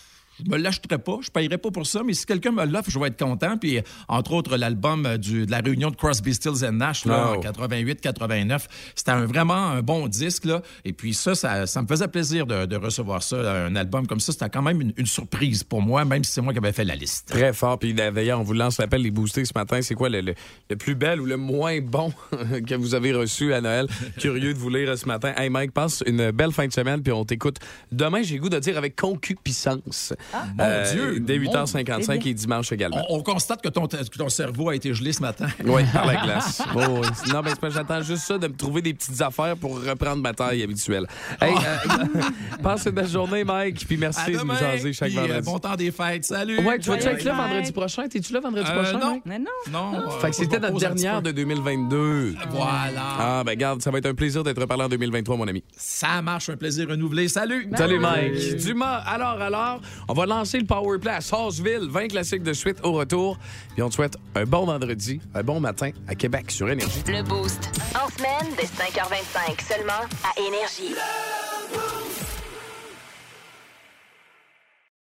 je me l'achèterai pas, je paierai pas pour ça, mais si quelqu'un me l'offre, je vais être content. Puis, euh, entre autres, l'album euh, du- de la réunion de Crosby, Stills and Nash, là, Oh. en 88-89, c'était un- vraiment un bon disque, là. Et puis ça, ça, ça me faisait plaisir de, de recevoir ça, un album comme ça. C'était quand même une, une surprise pour moi, même si c'est moi qui avais fait la liste. Très fort. Puis d'ailleurs, on vous lance l'appel les boostés ce matin. C'est quoi le, le- le plus bel ou le moins bon que vous avez reçu à Noël? Curieux de vous lire ce matin. Hey Mike, passe une belle fin de semaine, puis on t'écoute. Demain, j'ai le goût de dire avec concupiscence. Ah. Euh, Mon Dieu! Dès Mon- 8h55 et dimanche également. On, on constate que ton, que ton cerveau a été gelé ce matin. Oui, par la glace. Oh, oui. Non, mais j'attends juste ça de me trouver des petites affaires pour reprendre ma taille habituelle. Hey, euh, passe une belle journée, Mike, puis Oh. merci À de nous demain, jaser chaque puis, euh, vendredi. bon temps des fêtes. Salut! Ouais, tu vas Joyeux être là Noël. vendredi prochain. T'es-tu là vendredi Euh, prochain? non. Mike? Mais non. Non. euh, Fait que c'était je me notre pose un petit dernière peu. de 2022. Voilà. Ah, ben garde, ça va être un plaisir d'être reparlé en 2023, mon ami. Ça marche, un plaisir renouvelé. Salut! Ben Salut, Mike. Dumas, alors, alors, on va lancer le Power Play à Sarsville, 20 classiques de suite au retour. Puis on te souhaite un bon vendredi, un bon matin à Québec sur Énergie. Le Boost. En semaine, dès 5h25 seulement à Énergie.